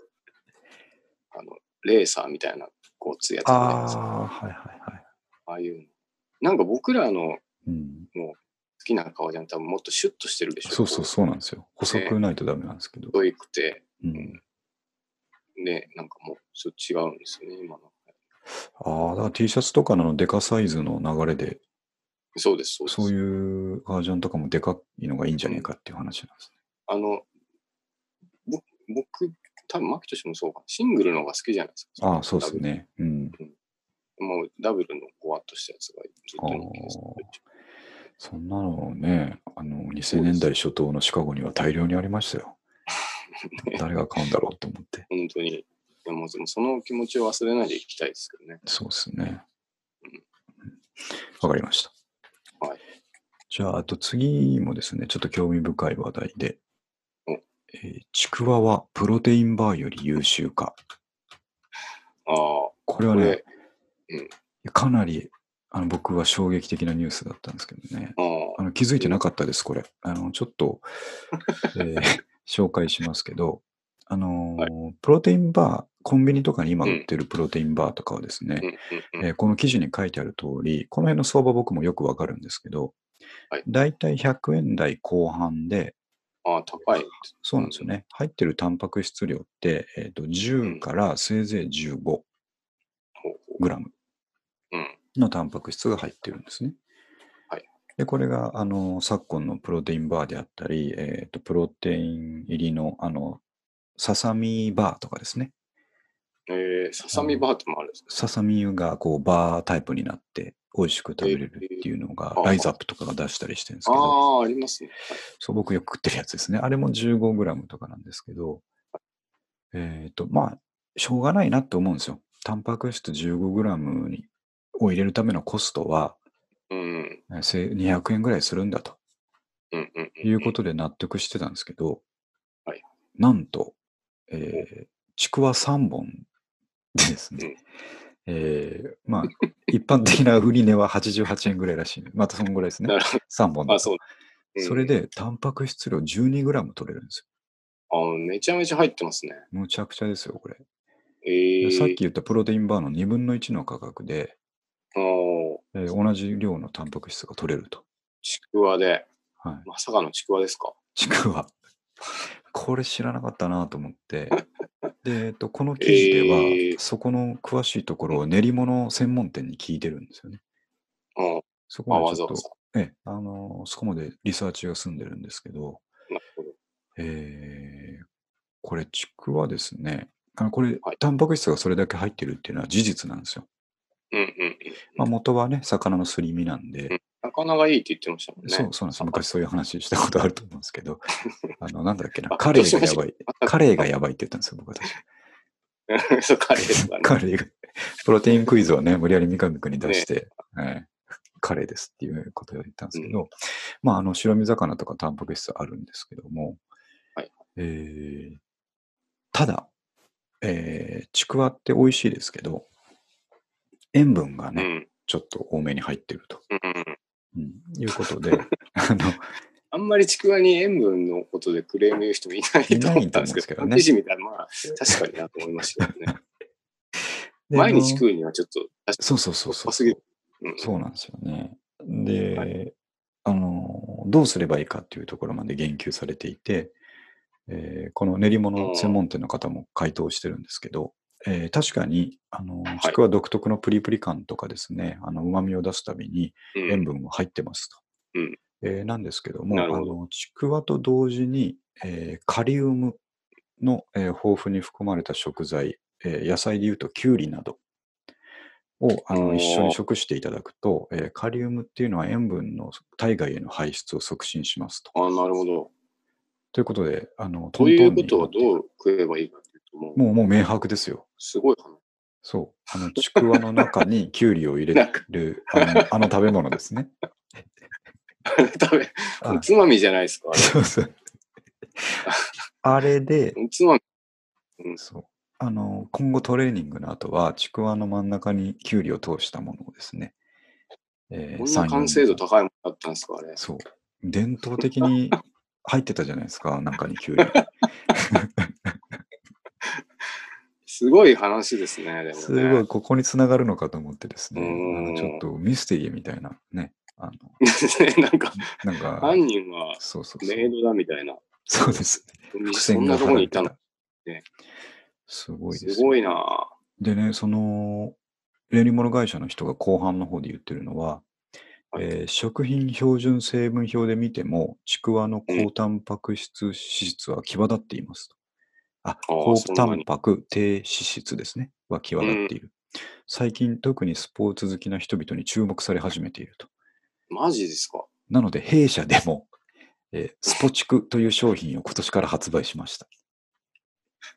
Speaker 2: あの、レーサーみたいな、こう、つやつ
Speaker 1: あ
Speaker 2: み
Speaker 1: あ
Speaker 2: たいなさ、
Speaker 1: ー、はいはいはい。
Speaker 2: ああいうの。なんか僕らの好
Speaker 1: うん、
Speaker 2: きな顔じゃん、多分もっとシュッとしてるでしょ。
Speaker 1: そうそう、
Speaker 2: こ
Speaker 1: そうなんですよ。細くないとダメなんですけど
Speaker 2: う。。太くて、
Speaker 1: うん、
Speaker 2: ね、なんかもう、ちょっと違うんですよね、今の。
Speaker 1: ああ、だから T シャツとかのデカサイズの流れで、
Speaker 2: そうです、そうです。
Speaker 1: そういうバージョンとかもデカいのがいいんじゃねえかっていう話なんです
Speaker 2: あの、ぼ僕、多分マキトシもそうかな、シングルの方が好きじゃないです
Speaker 1: ね。
Speaker 2: か。
Speaker 1: ああ、そうですね。うん。
Speaker 2: ダブル。もうダブルのごわっとしたやつがずっと人気です
Speaker 1: あ。そんなのね、あの、2000年代初頭のシカゴには大量にありました
Speaker 2: [LAUGHS]
Speaker 1: よ。誰が買うんだろうと思って。
Speaker 2: 本当に。いやもうその気持ちを忘れないでいきたいですけどね。
Speaker 1: そうですね。わかりました。
Speaker 2: はい。
Speaker 1: じゃあ、あと次もですね、ちょっと興味深い話題で
Speaker 2: お、
Speaker 1: えーちくわはプロテインバーより優秀か。
Speaker 2: ああ、こ
Speaker 1: これはね
Speaker 2: れ、、
Speaker 1: かなりあの僕は衝撃的なニュースだったんですけどね。
Speaker 2: あ
Speaker 1: あの気づいてなかったです、これ。あのちょっと、えー
Speaker 2: [LAUGHS]
Speaker 1: 紹介しますけど、あのープロテインバー、コンビニとかに今売ってるプロテインバーとかはですね、
Speaker 2: あ、うんうんうん。
Speaker 1: えーこの記事に書いてある通り、この辺の相場僕もよくわかるんですけど、
Speaker 2: はい
Speaker 1: だいたい100円台後半で、
Speaker 2: ああ、高い。
Speaker 1: そうなんですよね、入ってるタンパク質量って、えーと10からせいぜい15
Speaker 2: ほうほ
Speaker 1: グラム
Speaker 2: ううん。
Speaker 1: のタンパク質が入ってるんですね。
Speaker 2: はい
Speaker 1: でこれがあの昨今のプロテインバーであったり、えーとプロテイン入りのあのささみバーとかですね。
Speaker 2: えー、ささみバーってもあるんですか
Speaker 1: ささみがこうバータイプになって美味しく食べれるっていうのが
Speaker 2: えー、あ
Speaker 1: ライズアップとかが出したりしてるんですけ
Speaker 2: あ
Speaker 1: ど、
Speaker 2: あ、ありますね。
Speaker 1: そう僕よく食ってるやつですね。あれも 15g とかなんですけど、えっ、と、まあ、しょうがないなって思うんですよ。タンパク質 15g にを入れるためのコストは、
Speaker 2: うん。
Speaker 1: えーせ200円ぐらいするんだと
Speaker 2: うんうん。
Speaker 1: いうことで納得してたんですけど、
Speaker 2: はい
Speaker 1: なんと、えーちくわ3本でですね、えーまあ、一般的な売り値は88円ぐらいらしい、ね、またそのぐらいですね
Speaker 2: な。るほ
Speaker 1: 3本だ
Speaker 2: ど。あ、
Speaker 1: と
Speaker 2: そう。うん
Speaker 1: それ。で、タンパク質量 12g 取れるんです
Speaker 2: ああめちゃめちゃ入ってますね。
Speaker 1: よ。むちゃくちゃですよ、これ。
Speaker 2: えー、
Speaker 1: さっき。言ったプロテインバーの2分の1の価格で、
Speaker 2: あー
Speaker 1: えー同じ量のタンパク質が取れると。
Speaker 2: ちくわで、
Speaker 1: はい、
Speaker 2: まさかのちくわですか。
Speaker 1: ちくわ。これ知らなかったなと思って。で、えっと、この記事では、
Speaker 2: えー
Speaker 1: そこの詳しいところを練り物専門店に聞いてるんですよね。
Speaker 2: うん。
Speaker 1: そ
Speaker 2: あ、
Speaker 1: こま
Speaker 2: わ
Speaker 1: でち
Speaker 2: ざ
Speaker 1: ょっと
Speaker 2: わ、ざ。
Speaker 1: ええ、あのーそこまでリサーチが済んでるんですけど、
Speaker 2: なるほど。
Speaker 1: えーこれ、ちくわですね。あのこれ
Speaker 2: はい、
Speaker 1: タンパク質がそれだけ入ってるっていうのは事実なんですよ。
Speaker 2: うんうんうん。
Speaker 1: まあ、元はね、魚のすり身なんで、
Speaker 2: 魚がいいって言ってましたもんね。
Speaker 1: そうそうなんです。
Speaker 2: あ
Speaker 1: 昔そういう話したことあると思うんですけど、あの、なんだっけな、
Speaker 2: [LAUGHS] あ
Speaker 1: カレーがや
Speaker 2: ど
Speaker 1: ばい。カレーがやばいって言ったんですよ、僕は確か。
Speaker 2: そう、カレーとかね。
Speaker 1: カレーが、 [LAUGHS] プロテインクイズをね、無理やり三上君に出して、ええカレーですっていうことを言ったんですけど、まあ、あの、白身魚とかタンパク質あるんですけども、
Speaker 2: はい
Speaker 1: えーただ、えーちくわって美味しいですけど、塩分が
Speaker 2: う
Speaker 1: ね、
Speaker 2: ん。
Speaker 1: ちょっと多めに入ってると、
Speaker 2: うんうん。
Speaker 1: うんいうこと
Speaker 2: [LAUGHS]
Speaker 1: で、あの、
Speaker 2: あんまりちくわに塩分のことでクレーム言う人もいないと思ったん
Speaker 1: いないと思う
Speaker 2: ですけ
Speaker 1: んですけ
Speaker 2: ど、
Speaker 1: どね
Speaker 2: 記事見たらまあ、確かになと思いましたけどね。
Speaker 1: で
Speaker 2: 毎日
Speaker 1: あの
Speaker 2: 食うにはちょっと、確か
Speaker 1: そうそうそうそ
Speaker 2: に
Speaker 1: う
Speaker 2: 酸っぱすぎる。うん
Speaker 1: そうなんですよね。で、
Speaker 2: は
Speaker 1: あの、どうすればいいかっていうところまで言及されていて、えーこの練り物専門店の方も回答してるんですけど、えー確かに、あの、
Speaker 2: い
Speaker 1: ちくわ独特のプリプリ感とかですね、あの、旨味を出すたびに
Speaker 2: うん
Speaker 1: 塩分も入ってますと。
Speaker 2: うん
Speaker 1: えーなんですけども、
Speaker 2: な
Speaker 1: あ
Speaker 2: るほど
Speaker 1: の、ちくわと同時に、えーカリウムの、えー豊富に含まれた食材、えー野菜でいうときゅうりなどをあ
Speaker 2: お
Speaker 1: の
Speaker 2: ー
Speaker 1: 一緒に食していただくと、えーカリウムっていうのは塩分の体外への排出を促進しますと。
Speaker 2: あなるほど。
Speaker 1: ということで、あのト
Speaker 2: と
Speaker 1: ン
Speaker 2: い
Speaker 1: トン
Speaker 2: う
Speaker 1: に
Speaker 2: ことはどう食えばいいかというと、もう、
Speaker 1: もうもう明白ですよ。
Speaker 2: すごい話。 [LAUGHS]
Speaker 1: そう。あの、ちくわの中にきゅうりを入れ
Speaker 2: [LAUGHS]
Speaker 1: る、あのあの食べ物ですね。
Speaker 2: 食べ、
Speaker 1: あ
Speaker 2: おつまみじゃないですか。あれ
Speaker 1: そうそう。あれで、
Speaker 2: おつまみ、
Speaker 1: そう。あの、今後トレーニングの後は、ちくわの真ん中にきゅうりを通したものをですね、え
Speaker 2: こんな完成度高いものだったんですか、あれ
Speaker 1: い。そう。伝統的に入ってたじゃないです
Speaker 2: [LAUGHS]
Speaker 1: か、中にきゅうり。
Speaker 2: すごい話ですね、でもね。
Speaker 1: すごい、ここに繋がるのかと思ってですね、
Speaker 2: うん
Speaker 1: あのちょっとミステリーみたいなね、あの、
Speaker 2: [LAUGHS] なんか、
Speaker 1: なんか、
Speaker 2: 犯人は
Speaker 1: そうそうそ
Speaker 2: メイ
Speaker 1: う。
Speaker 2: ドだみたいな。
Speaker 1: そうですね。伏
Speaker 2: そ
Speaker 1: 線
Speaker 2: んな
Speaker 1: が
Speaker 2: とこ
Speaker 1: 張ら
Speaker 2: に
Speaker 1: れ
Speaker 2: い
Speaker 1: てた
Speaker 2: たの。ね
Speaker 1: すごいですすよ。
Speaker 2: ごいな
Speaker 1: でね、その、練り物会社の人が後半の方で言ってるのは、
Speaker 2: はい
Speaker 1: えー食品標準成分表で見ても、ちくわの
Speaker 2: うん
Speaker 1: 高タンパク質脂質は際立っていますと。あ、高
Speaker 2: そん
Speaker 1: タ
Speaker 2: な
Speaker 1: ン
Speaker 2: に
Speaker 1: パク低脂質ですね。は際立っている。最近、特にスポーツ好きな人々に注目され始めていると。
Speaker 2: マジですか
Speaker 1: なので、弊社でも、えースポチクという商品を今年から発売しま
Speaker 2: [LAUGHS]
Speaker 1: した。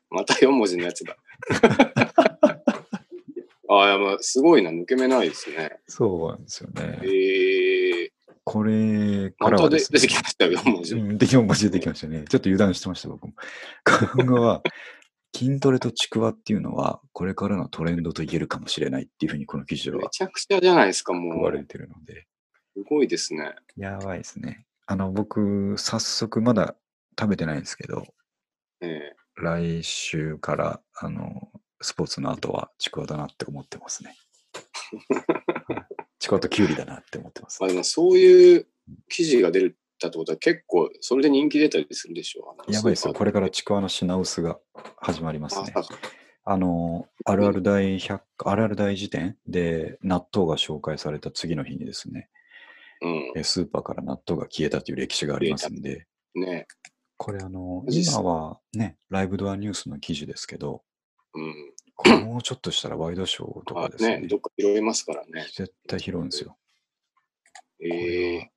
Speaker 2: また4文字のや
Speaker 1: [LAUGHS]
Speaker 2: つだ。ああ、まあすごいな、抜け目ないですね。
Speaker 1: そうなんですよね。
Speaker 2: ええ
Speaker 1: これか
Speaker 2: ま
Speaker 1: ら
Speaker 2: た
Speaker 1: は
Speaker 2: で
Speaker 1: ですね
Speaker 2: 出てきましたよ、4文字。
Speaker 1: うん、で、4文字できましたね。ちょっと油断してました、僕も。今後は、筋トレとちくわっていうのは、これからのトレンドと言えるかもしれないっていうふうに、この記事で
Speaker 2: め
Speaker 1: は
Speaker 2: ちゃくちゃじゃないですか、も
Speaker 1: 含まれ
Speaker 2: う。
Speaker 1: てるので。
Speaker 2: すごいですね。
Speaker 1: やばいですね。あの、僕、早速、まだ食べてないんですけど、
Speaker 2: ええ
Speaker 1: 来週から、あの、スポーツの後はちくわだなって思ってますね。ちくわときゅうりだなって思ってます
Speaker 2: まあ、。でもそういう記事が出るったってことは結構それで人気出たりするでしょう。あの
Speaker 1: やばいですよ。
Speaker 2: スーパー
Speaker 1: これからちくわの品薄が始まりますね
Speaker 2: あ。そうか
Speaker 1: あの、あるある大百科、あるある大辞典で納豆が紹介された次の日にですね、
Speaker 2: うん。
Speaker 1: えスーパーから納豆が消えたという歴史がありますんで、
Speaker 2: ね
Speaker 1: これあの、
Speaker 2: マジっす
Speaker 1: 今はね、ライブドアニュースの記事ですけど、
Speaker 2: うん。
Speaker 1: これもうちょっとしたらワイドショーと
Speaker 2: ま
Speaker 1: か
Speaker 2: あ
Speaker 1: ですね
Speaker 2: ね、、どっか拾いますからね。
Speaker 1: 絶対拾うんですよ。こ
Speaker 2: え
Speaker 1: れは
Speaker 2: え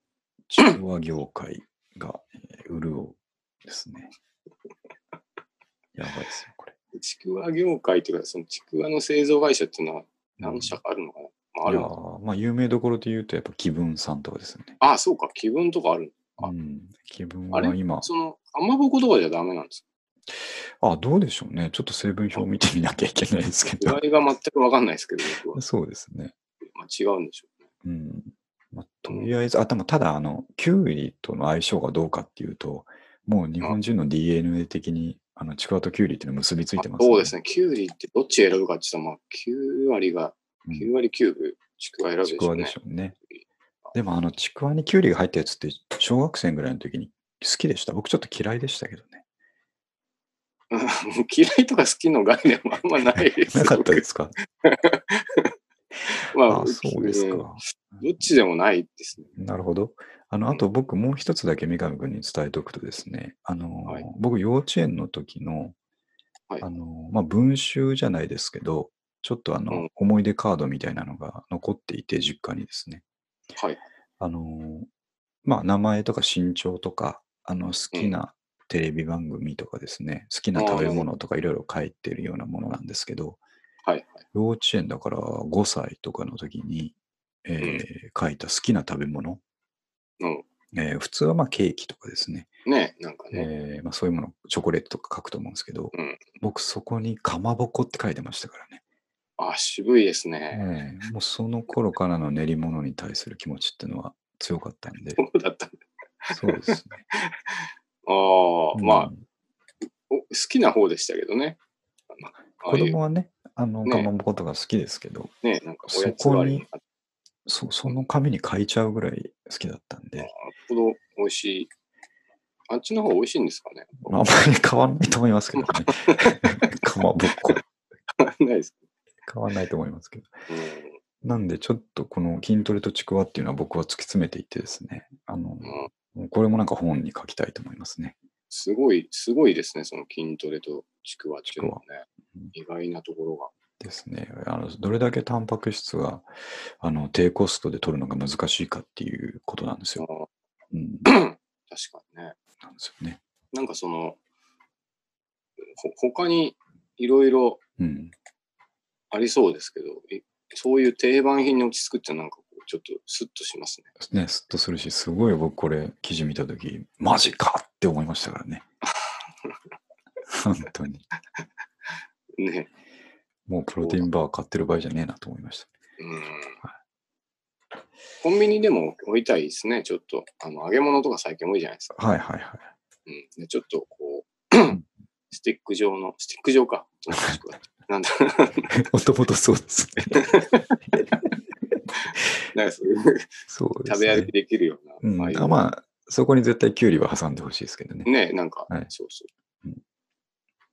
Speaker 1: ちくわ業界が、えー、潤うですね。やばいですよ、これ。
Speaker 2: ちくわ業界というか、そのちくわの製造会社っていうのは何社かあるのかな、まあ、あ
Speaker 1: い
Speaker 2: る
Speaker 1: や
Speaker 2: のか
Speaker 1: ーまあ、有名どころで言うと、やっぱ気分さんとかですよね。
Speaker 2: ああ、そうか、気分とかあるあ
Speaker 1: うん、気分
Speaker 2: あ
Speaker 1: は
Speaker 2: れ
Speaker 1: 今
Speaker 2: の。、その、かまぼことかじゃダメなんです
Speaker 1: あ、どうでしょうね。ちょっと成分表見てみなきゃいけないですけ
Speaker 2: か
Speaker 1: ど。
Speaker 2: 違いが全くわかんないですけど、僕
Speaker 1: [LAUGHS]
Speaker 2: は。
Speaker 1: そうですね。
Speaker 2: まあ、違うんでしょうね。
Speaker 1: うん。まあ、とりあえず、あ、でもただ、あの、キュウリとの相性がどうかっていうと、もう日本人の DNA 的に、あの、ちくわとキュウリっていうのは結びついてます、
Speaker 2: あそうです
Speaker 1: ね。
Speaker 2: ね、キュウリってどっち選ぶかって言ったら、まあ、9割が、
Speaker 1: うん
Speaker 2: 9割9分、ちくわ選ぶでし
Speaker 1: ちく
Speaker 2: ょう
Speaker 1: わ
Speaker 2: ね。
Speaker 1: でしょうね。でも、あの、ちくわにキュウリが入ったやつって、小学生ぐらいの時に好きでした。僕ちょっと嫌いでしたけど [LAUGHS] ね。
Speaker 2: うん [LAUGHS] 嫌いとか好きの概念もあんまないです。
Speaker 1: なかったですか
Speaker 2: 僕 [LAUGHS] まあ、
Speaker 1: あ、そうです
Speaker 2: ん
Speaker 1: か。
Speaker 2: どっちでもないですね。
Speaker 1: なるほど。あの、あと僕もう一つだけ三上君に伝えておくとですね、あの、
Speaker 2: はい
Speaker 1: 僕幼稚園の時の、
Speaker 2: はい
Speaker 1: あの、まあ、文集じゃないですけど、ちょっとあの、
Speaker 2: うん
Speaker 1: 思い出カードみたいなのが残っていて、実家にですね。
Speaker 2: はい。
Speaker 1: あの、まあ、名前とか身長とか、あの、好きなテレビ番組とかですね、好きな食べ物とかいろいろ書いてるようなものなんですけど、
Speaker 2: はい。はい、
Speaker 1: 幼稚園だから5歳とかの時に、えー書いた好きな食べ物、
Speaker 2: うん
Speaker 1: えー普通はまあケーキとかですね、
Speaker 2: ねなんかね。
Speaker 1: えーまあ、そういうものチョコレートとか書くと思うんですけど、
Speaker 2: うん
Speaker 1: 僕そこにかまぼこって書いてましたからね、
Speaker 2: あ、渋いですね。
Speaker 1: えーもうその頃からの練り物に対する気持ちっていうのは強かったん
Speaker 2: [LAUGHS]
Speaker 1: で
Speaker 2: そうだったんだ。
Speaker 1: そうですね、
Speaker 2: ああ、まあ
Speaker 1: う、ん
Speaker 2: お好きな方でしたけどね。ああ
Speaker 1: 子
Speaker 2: いう
Speaker 1: 供はねあの
Speaker 2: ね
Speaker 1: かまぼことか好きですけど、
Speaker 2: ね、なんかおやつ代わりにあっ
Speaker 1: そその紙に書いちゃうぐらい好きだったんで、
Speaker 2: たほど美味しい。あっちの方が美味しいんですかね。 [LAUGHS]
Speaker 1: まあ、あんまり変わらないと思いますけどね。かまぼっこ。
Speaker 2: ないです
Speaker 1: 変わらないと思いますけど。
Speaker 2: うん
Speaker 1: なんで、ちょっとこの筋トレとちくわっていうのは僕は突き詰めていってですね。あの、
Speaker 2: うん
Speaker 1: これもなんか本に書きたいと思いますね。
Speaker 2: すごい、すごいですね、その筋トレとちくわっていうのはね
Speaker 1: くわうん。
Speaker 2: 意外なところが。
Speaker 1: ですね。あのどれだけタンパク質があの低コストで取るのが難しいかっていうことなんです
Speaker 2: あ
Speaker 1: よ。
Speaker 2: あ
Speaker 1: うん、
Speaker 2: 確かにね。
Speaker 1: なんですよね。
Speaker 2: なんかその、ほ他にいろいろ
Speaker 1: うん。
Speaker 2: ありそうですけど、いそういう定番品に落ち着くってなんかこうちょっとスッとしますね。
Speaker 1: ね、すっと
Speaker 2: [LAUGHS]
Speaker 1: するし、すごい僕これ記事見たとき、マジかって思いましたからね。本当に。
Speaker 2: ね。
Speaker 1: もうプロテインバー買ってる場合じゃねえなと思いました。
Speaker 2: うん。コンビニでも置いたいですね、ちょっと。あの、揚げ物とか最近多いじゃないですか。
Speaker 1: はいはいはい。
Speaker 2: うん。で、ちょっとこ
Speaker 1: ん
Speaker 2: う、スティック状の、スティック状か。おとなしくはなんだ
Speaker 1: もともとそうです
Speaker 2: [LAUGHS]
Speaker 1: ね。
Speaker 2: なんかそういう、
Speaker 1: そうです
Speaker 2: 食べ
Speaker 1: ね。
Speaker 2: 歩きできるよう
Speaker 1: う
Speaker 2: な。
Speaker 1: ん、
Speaker 2: ああい
Speaker 1: だから
Speaker 2: う
Speaker 1: まあ、そこに絶対キュウリは挟んでほしいですけどね。
Speaker 2: ね、なんか、
Speaker 1: はい。
Speaker 2: そうそううん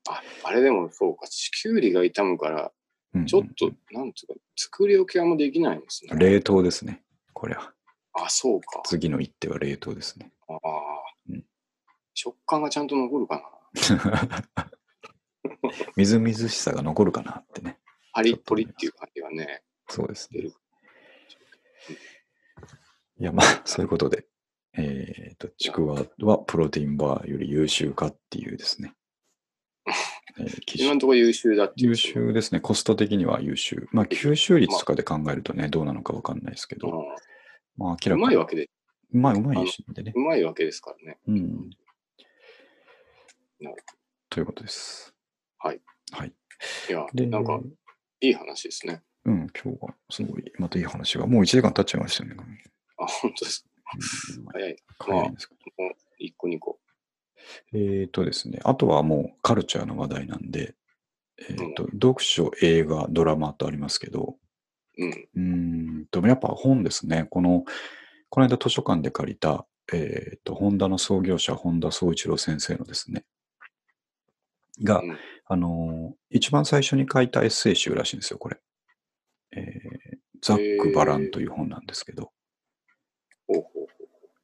Speaker 2: あ、あれでもそうか、きゅうりが傷むから、
Speaker 1: うん
Speaker 2: ちょっと、なんつうか、作り置きはあんまできないんですね。
Speaker 1: 冷凍ですね。これは。
Speaker 2: あ、そうか。
Speaker 1: 次の一手は冷凍
Speaker 2: [LAUGHS]
Speaker 1: ですね。
Speaker 2: ああ
Speaker 1: うん。
Speaker 2: 食感がちゃんと残るかな。
Speaker 1: みずみずしさが残るかなってね。
Speaker 2: パリッポリっていう感じがね。
Speaker 1: そうです
Speaker 2: 出
Speaker 1: ね
Speaker 2: る。
Speaker 1: いや、まあ、そういうことで、えっ、と、ちくわはプロテインバーより優秀かっていうですね。えー記事
Speaker 2: 今のところ優秀だっていう。
Speaker 1: 優秀ですね。コスト的には優秀。まあ、吸収率とかで考えるとね、どうなのかわかんないですけ
Speaker 2: う
Speaker 1: ど、
Speaker 2: ん。
Speaker 1: まあ、明らか
Speaker 2: うまい
Speaker 1: に。
Speaker 2: わけで、
Speaker 1: うまい、うまいしでね。
Speaker 2: うまいわけですからね。
Speaker 1: うん。
Speaker 2: なるほど
Speaker 1: ということです。
Speaker 2: はい。
Speaker 1: はい。
Speaker 2: いや、
Speaker 1: で、
Speaker 2: なんか、いい話ですね。
Speaker 1: うん、今日はすごい、またいい話が、もう1時間経っちゃいましたよね。
Speaker 2: あ、本当です。
Speaker 1: うん
Speaker 2: 早い。
Speaker 1: 早いですけど
Speaker 2: 一個二個。
Speaker 1: えっ、とですね、あとはもうカルチャーの話題なんで、えっ、と、読書、映画、ドラマとありますけど、
Speaker 2: うん。
Speaker 1: うーんと、やっぱ本ですね。この、この間図書館で借りた、えっ、と、ホンダの創業者、本田宗一郎先生のですね、が、
Speaker 2: うん
Speaker 1: あのー一番最初に書いたエッセイ集らしいんですよ、これ。えーザック・バランという本なんですけど、
Speaker 2: ほうほ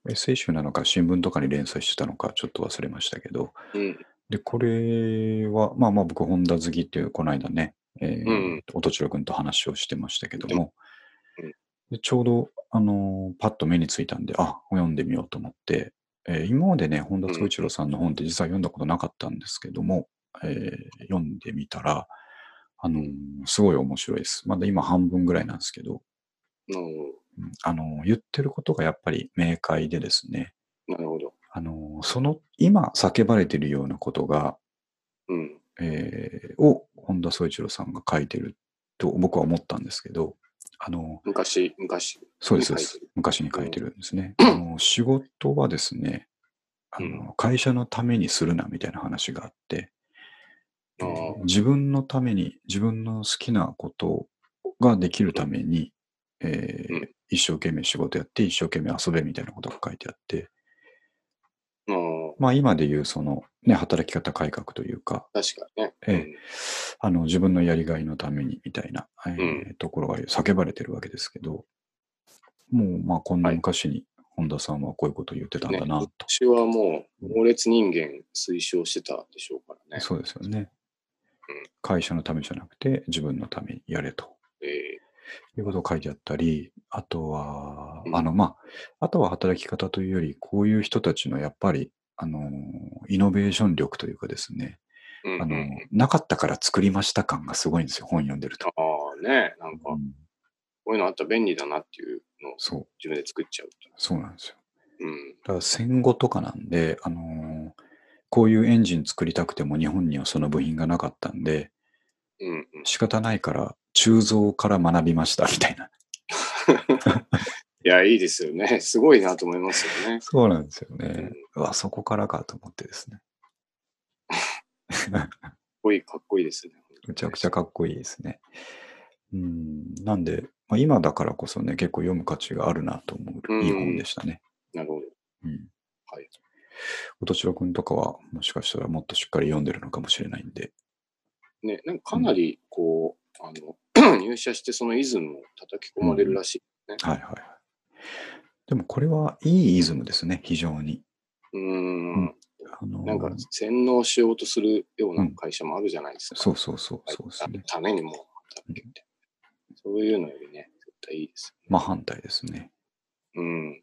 Speaker 2: う
Speaker 1: エッセイ集なのか新聞とかに連載してたのかちょっと忘れましたけど、
Speaker 2: ほう。うん。
Speaker 1: で、これは、まあまあ僕、本田好きっていう、この間ね、えー
Speaker 2: うん
Speaker 1: 音千代君と話をしてましたけども、
Speaker 2: うん
Speaker 1: でちょうど、あのーパッと目についたんで、あ、読んでみようと思って、えー今までね、本田宗一郎さんの本って実は読んだことなかったんですけども、えー読んでみたら、あのーすごい面白いです。まだ今半分ぐらいなんですけど、
Speaker 2: なるほ
Speaker 1: うんあのー言ってることがやっぱり明快でですね、
Speaker 2: ど。なるほど。
Speaker 1: あのーその今叫ばれてるようなことが、
Speaker 2: うん。
Speaker 1: えーを本田宗一郎さんが書いてると僕は思ったんですけど、あの、
Speaker 2: 昔、昔。
Speaker 1: そうです、そうです
Speaker 2: 書いてる。
Speaker 1: 昔に書いてるんですね。あの仕事はですね、あ
Speaker 2: う
Speaker 1: の会社のためにするなみたいな話があって、
Speaker 2: ああ
Speaker 1: 自分のために、自分の好きなことができるために、えー
Speaker 2: うん
Speaker 1: 一生懸命仕事やって、一生懸命遊べみたいなことが書いてあって、
Speaker 2: ああ、
Speaker 1: まあ今でいうその、ね、働き方改革というか、
Speaker 2: 確かにね。
Speaker 1: ええあの自分のやりがいのためにみたいな、えー
Speaker 2: う
Speaker 1: ところが叫ばれてるわけですけど、もうまあこんな
Speaker 2: はい
Speaker 1: 昔に本田さんはこういうことを言ってたん
Speaker 2: ね
Speaker 1: だなと。
Speaker 2: 私はもう、猛烈人間推奨してたでしょうからね。
Speaker 1: そうですよね
Speaker 2: うん。
Speaker 1: 会社のためじゃなくて自分のためにやれと
Speaker 2: え
Speaker 1: いうことを書いてあったり、あとは、
Speaker 2: うん
Speaker 1: あのまあ、あとは働き方というより、こういう人たちのやっぱり、あのイノベーション力というかですね、
Speaker 2: えうん
Speaker 1: あの
Speaker 2: うんうん
Speaker 1: なかったから作りました感がすごいんですよ、本読んでると。
Speaker 2: ああね、なん
Speaker 1: う
Speaker 2: か、こ
Speaker 1: ん
Speaker 2: ういうのあったら便利だなっていうのを
Speaker 1: そう、
Speaker 2: 自分で作っちゃうと。
Speaker 1: そうなんですよ。
Speaker 2: うん。
Speaker 1: だから戦後とかなんで、あのーこういうエンジン作りたくても日本にはその部品がなかったんで、
Speaker 2: うんうん。
Speaker 1: 仕方ないから鋳造から学びましたみたいな。
Speaker 2: いや、いいですよね。 [LAUGHS] すごいなと思いますよね。
Speaker 1: [LAUGHS] そうなんですよね。うわ、そこからかと思ってですね。
Speaker 2: かっこいい、かっこいいですね。
Speaker 1: むちゃくちゃかっこいいですね。うん、なんで、まあ、今だからこそね、結構読む価値があるなと思う、
Speaker 2: うん
Speaker 1: いい本でしたね。
Speaker 2: なるほど。
Speaker 1: うん。
Speaker 2: はい。
Speaker 1: 音千代君とかは、もしかしたらもっとしっかり読んでるのかもしれないんで。
Speaker 2: ね、なんかかなり、こう、あの、 [CLEARS THROAT] 入社してそのイズムを叩き込まれるらしい。
Speaker 1: はいはいはい。でもこれはいいイズムですね、非常に。
Speaker 2: うん。
Speaker 1: うんあのー
Speaker 2: なんか、洗脳しようとするような会社もあるじゃないですか。
Speaker 1: そうそうそう、そうですね。
Speaker 2: ためにもう働けって。そういうのよりね、絶対いいです。
Speaker 1: 真反対ですね。
Speaker 2: うん。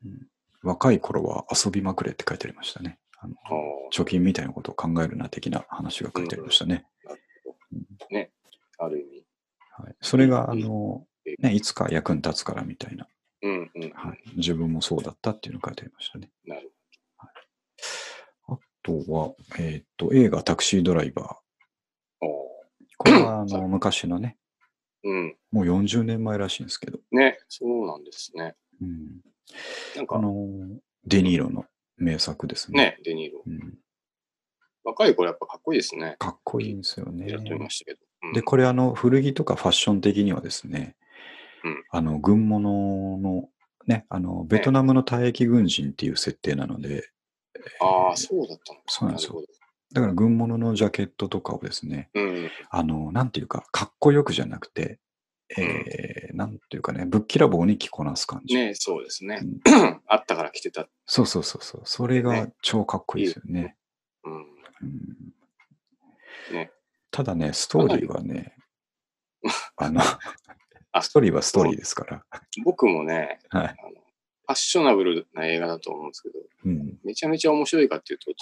Speaker 1: 若い頃は遊びまくれって書いてありましたね。あの
Speaker 2: ああ
Speaker 1: 貯金みたいなことを考えるな的な話が書いてありましたね。
Speaker 2: ある意味。
Speaker 1: はい、それが、あ
Speaker 2: うん
Speaker 1: の、ね、いつか役に立つからみたいな、
Speaker 2: うんうん。
Speaker 1: はい、自分もそうだったっていうのを書いてありましたね。
Speaker 2: なる
Speaker 1: あとは、えっ、と、映画タクシードライバー。
Speaker 2: お
Speaker 1: これはあ
Speaker 2: はい
Speaker 1: の昔のね、
Speaker 2: うん。
Speaker 1: もう40年前らしいんですけど、
Speaker 2: ね、そうなんですね。
Speaker 1: うん、
Speaker 2: なん
Speaker 1: あ
Speaker 2: か
Speaker 1: のデニーロの名作ですね。
Speaker 2: ね、デニーロ。
Speaker 1: うん、
Speaker 2: 若い頃やっぱかっこいいですね。
Speaker 1: かっこいいんですよね。
Speaker 2: やってみましたけど。うん
Speaker 1: で、これあの古着とかファッション的にはですね、
Speaker 2: うん
Speaker 1: あの軍物のね、あのベトナムの退役軍人っていう設定なので、
Speaker 2: ああ、そうだったのか。
Speaker 1: そうなんですよ
Speaker 2: る
Speaker 1: だから軍物のジャケットとかをですね、
Speaker 2: ほど。うん。
Speaker 1: あの、なんていうか、かっこよくじゃなくて、えー、なんていうかね、ぶっきらぼうに着こなす感じ。
Speaker 2: ね、そうですね
Speaker 1: う。
Speaker 2: [COUGHS] あったから来てた。
Speaker 1: そうそうそうそう。それが超かっこいいですよね。
Speaker 2: うん。
Speaker 1: うん
Speaker 2: ね
Speaker 1: ただね、ストーリーは
Speaker 2: [LAUGHS]
Speaker 1: ね、あの、
Speaker 2: あ
Speaker 1: ストーリーはストーリーですから。
Speaker 2: 僕もね、
Speaker 1: はい。
Speaker 2: あのファッショナブルな映画だと思うんですけど、
Speaker 1: うん。
Speaker 2: めちゃめちゃ面白いかっていうと、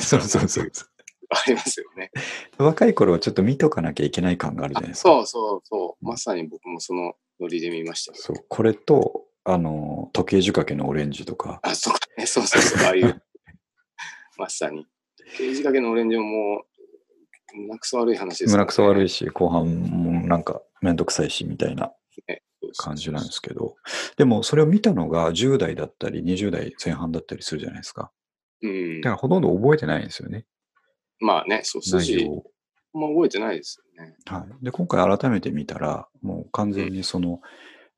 Speaker 1: そうそうそう。
Speaker 2: [LAUGHS] ありますよね。
Speaker 1: 若い頃はちょっと見とかなきゃいけない感があるじゃないですか。
Speaker 2: そうそうそう。まさに僕もそのノリで見ましたよ。
Speaker 1: そうこれと、あの、時計仕掛けのオレンジとか、
Speaker 2: あ、そうかね。そうそうそう。ああいう。まさに。刑事掛けのオレンジももう、胸くそ悪い話です、
Speaker 1: 胸くそ悪
Speaker 2: い。
Speaker 1: いし、後半もなんかめんどくさいし、みたいな感じなんですすけど、でもそれを見たのが10代だったり、20代前半だったりするじゃないですか。
Speaker 2: うん
Speaker 1: だか。らほとんど覚えてないんですよね、
Speaker 2: まあね、そう、
Speaker 1: 内
Speaker 2: 筋
Speaker 1: 容、を。
Speaker 2: あんま覚えてないですよね。
Speaker 1: はい、で今回改めて見たら、もう完全にその、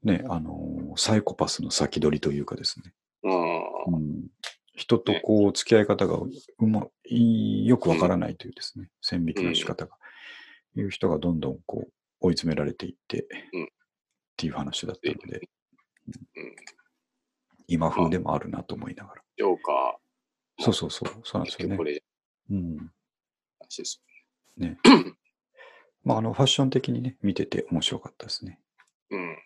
Speaker 1: ね、あのーサイコパスの先取りというかですね、
Speaker 2: うん。
Speaker 1: うん、人とこう付き合い方がうまいよくわからないというですね、線引きの仕方が、いう人がどんどんこう追い詰められていって、
Speaker 2: うん
Speaker 1: っていう話だったので、
Speaker 2: うん
Speaker 1: 今風でもあるなと思いながら。
Speaker 2: ジョーカ
Speaker 1: そうそうそう、そうなん
Speaker 2: ー、
Speaker 1: で
Speaker 2: 結
Speaker 1: すよ
Speaker 2: 局
Speaker 1: ね
Speaker 2: こ。れ
Speaker 1: うん
Speaker 2: 話です。
Speaker 1: まあ、あのファッション的にね、見てて面白かったですね。
Speaker 2: うん。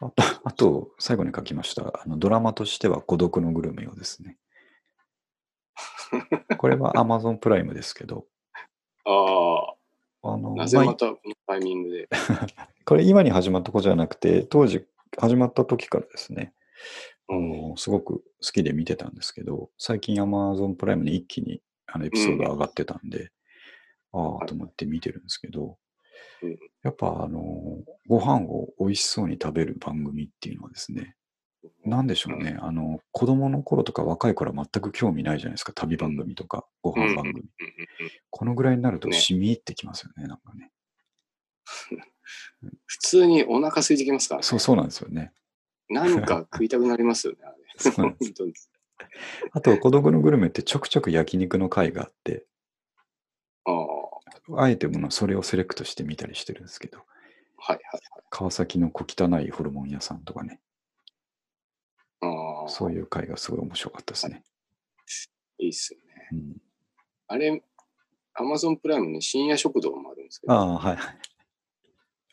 Speaker 1: あと、あと最後に書きましたあの、ドラマとしては孤独のグルメをです
Speaker 2: [LAUGHS]
Speaker 1: ね。これは Amazon プライムですけど、
Speaker 2: あ
Speaker 1: あの
Speaker 2: あ、なぜ
Speaker 1: ま
Speaker 2: ま
Speaker 1: あ
Speaker 2: たこのタイミングで。
Speaker 1: これ今に始まったことじゃなくて、当時始まった時からですね、あのすごく好きで見てたんですけど、最近 Amazon プライムに一気にあのエピソード上がってたんで、あ
Speaker 2: は
Speaker 1: あ
Speaker 2: い
Speaker 1: と思って見てるんですけど
Speaker 2: うん、
Speaker 1: やっぱあの、ご飯を美味しそうに食べる番組っていうのはですね、なんでしょうね、あの、子供の頃とか若い頃は全く興味ないじゃないですか、旅番組とか、ご飯番組。
Speaker 2: うんうんうん
Speaker 1: このぐらいになると
Speaker 2: ね
Speaker 1: 染み入ってきますよね、なんかね。
Speaker 2: 普通にお腹空いてきますからね。
Speaker 1: そう、そうなんですよね。
Speaker 2: なんか食いたくなりますよね、あれ。
Speaker 1: そうなんです
Speaker 2: 本当に
Speaker 1: あと、孤独のグルメってちょくちょく焼肉の回があって、
Speaker 2: ああ、は
Speaker 1: あえてものそれをセレクトしてみたりしてるんですけど、
Speaker 2: いはい
Speaker 1: 川崎の小汚いホルモン屋さんとかね、
Speaker 2: はい。ああ、
Speaker 1: そういう回がすごい面白かったですね。
Speaker 2: いいっすよね。
Speaker 1: うん、
Speaker 2: あれ、アマゾンプライムに深夜食堂もあるんですけど、
Speaker 1: あ
Speaker 2: あ
Speaker 1: あ、はいはい。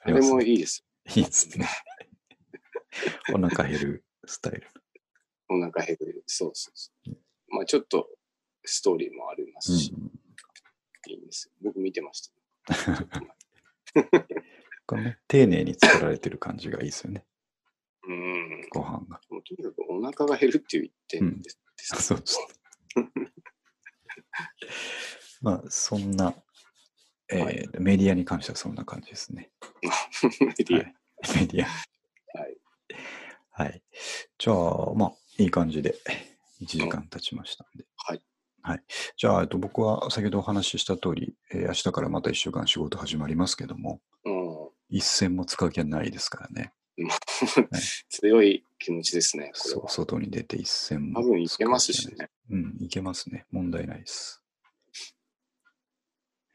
Speaker 1: あり
Speaker 2: れ
Speaker 1: ますね
Speaker 2: もいいです。
Speaker 1: いいですね。お腹減るスタイル。
Speaker 2: お腹減る。そうそうそう。まあちょっとストーリーもありますし、
Speaker 1: うん、
Speaker 2: いいんですよ。僕見てました。
Speaker 1: このね、丁寧に作られてる感じがいいですよね、
Speaker 2: うん。
Speaker 1: ご飯が。
Speaker 2: もうとにかくお腹が減るっていう一点です。
Speaker 1: あそうですね。まあ、そんな、えー
Speaker 2: は
Speaker 1: メディアに関してはそんな感じですね。
Speaker 2: メディア
Speaker 1: はいメディア。
Speaker 2: はい。
Speaker 1: はい。じゃあ、まあ、いい感じで、1時間経ちましたんで。
Speaker 2: はい。
Speaker 1: はい。じゃあ、えっと、僕は先ほどお話しした通り、えー明日からまた1週間仕事始まりますけども、
Speaker 2: うん。
Speaker 1: 一銭も使う気はないですからね。
Speaker 2: 強い気持ちですね、これ
Speaker 1: そ
Speaker 2: は
Speaker 1: う、。外に出て一銭も。
Speaker 2: 多分いけますしね。。
Speaker 1: うん、いけますね。問題ないです。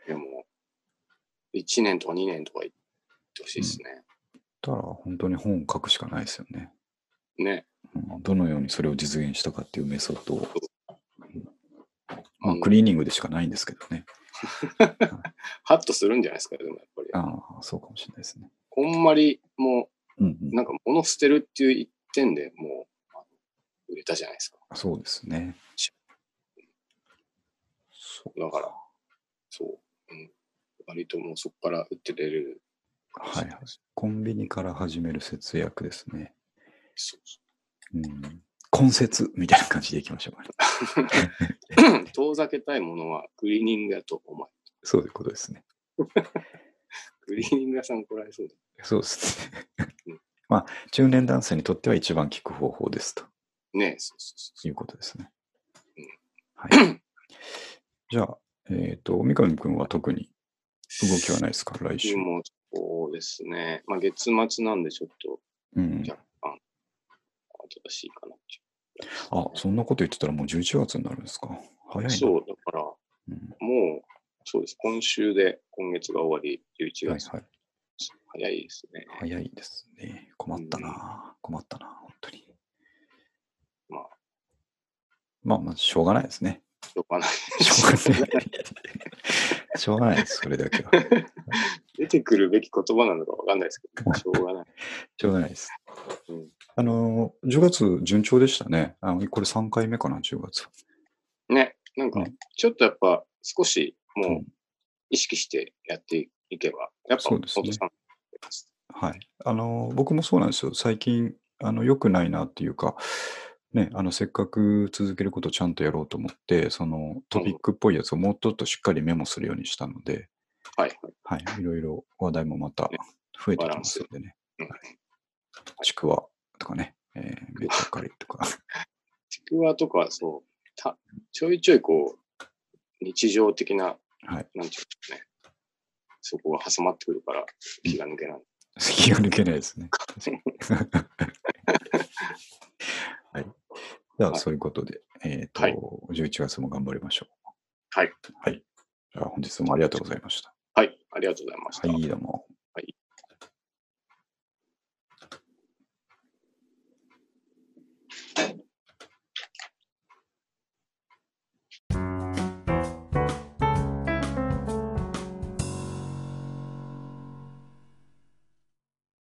Speaker 2: でも、1年とか2年とか行ってほしいですね。
Speaker 1: たら、本当に本を書くしかないですよね。
Speaker 2: ね。
Speaker 1: うんどのようにそれを実現したかっていうメソッドを。ま
Speaker 2: う
Speaker 1: あ、
Speaker 2: ん
Speaker 1: クリーニングでしかないんですけどね。
Speaker 2: ハッとするんじゃないですか、でもやっぱり。
Speaker 1: ああ、そうかもしれないですね。
Speaker 2: こんまりも
Speaker 1: うん、
Speaker 2: う、
Speaker 1: うん。
Speaker 2: なんか物捨てるっていう一点でもう、あの売れたじゃないですか。
Speaker 1: そうですね。そう
Speaker 2: だから、そう。うん、割ともうそこから売ってれるかもしれな
Speaker 1: はいはいコンビニから始める節約ですね。
Speaker 2: そうそ
Speaker 1: うん、根節みたいな感じでいきましょうかね。 [LAUGHS]
Speaker 2: 遠ざけたいものはクリーニングやと思え。
Speaker 1: そういうことですね。
Speaker 2: クリーニング屋さん怒られそうだ。
Speaker 1: そうですね
Speaker 2: うん。
Speaker 1: まあ、中年男性にとっては一番効く方法ですと
Speaker 2: ねえ、そうそうそう
Speaker 1: いうことですね。はい。じゃあ、えっ、と、三上くんは特に動きはないですか、来
Speaker 2: そう。
Speaker 1: 週。
Speaker 2: もそうですね。まあ月末なんでちょっと
Speaker 1: うん。
Speaker 2: 若干新しいかなってい。
Speaker 1: あ、そんなこと言ってたらもう11月になるんですか。早いうな。
Speaker 2: そう、だからも
Speaker 1: うん。
Speaker 2: う、そうです。今週で今月が終わり、11
Speaker 1: はい
Speaker 2: 月。
Speaker 1: はい。
Speaker 2: 早いですね。
Speaker 1: 早いですね。困ったな。困ったな、本当に。
Speaker 2: まあ。
Speaker 1: まあまあ、しょうがないです
Speaker 2: [LAUGHS]
Speaker 1: ね。
Speaker 2: しょうがない。
Speaker 1: しょうがない。 [LAUGHS] しょうがないです、それだけは。
Speaker 2: 出てくるべき言葉なのかわかんないですけど、しょうがない。
Speaker 1: しょうがないです。
Speaker 2: うん
Speaker 1: あのー、10月順調でしたね。あのこれ3回目かな、10月。
Speaker 2: ね、なんか
Speaker 1: ね、
Speaker 2: ちょっとやっぱ少し
Speaker 1: う
Speaker 2: もうん意識してやっていけば、やっぱ
Speaker 1: そうですね
Speaker 2: お父さんです
Speaker 1: はい。あのー、僕もそうなんですよ。最近、あの、良くないなっていうか、ね、あの、せっかく続けることをちゃんとやろうと思って、そのトピックっぽいやつをもうちょっとしっかりメモするようにしたので、
Speaker 2: はい。
Speaker 1: はい、いろいろ話題もまた
Speaker 2: ね
Speaker 1: 増えてきますのでね。
Speaker 2: バランス
Speaker 1: はいちくわとかね、えー、めっちゃカリとか。 [LAUGHS]
Speaker 2: ちくわとか、そう、たちょいちょいこう、日常的な、
Speaker 1: はい。
Speaker 2: なんていうんですかね、そこが挟まってくるから気が抜けない。
Speaker 1: 気が抜けないです
Speaker 2: [LAUGHS]
Speaker 1: ね。はい。じゃあ、
Speaker 2: はい
Speaker 1: そういうことで、えっ、と、
Speaker 2: はい
Speaker 1: 11月も頑張りましょう。
Speaker 2: はい。
Speaker 1: はい。じゃあ、本日もありがとうございました。
Speaker 2: はい、ありがとうございました。
Speaker 1: はい、どうも。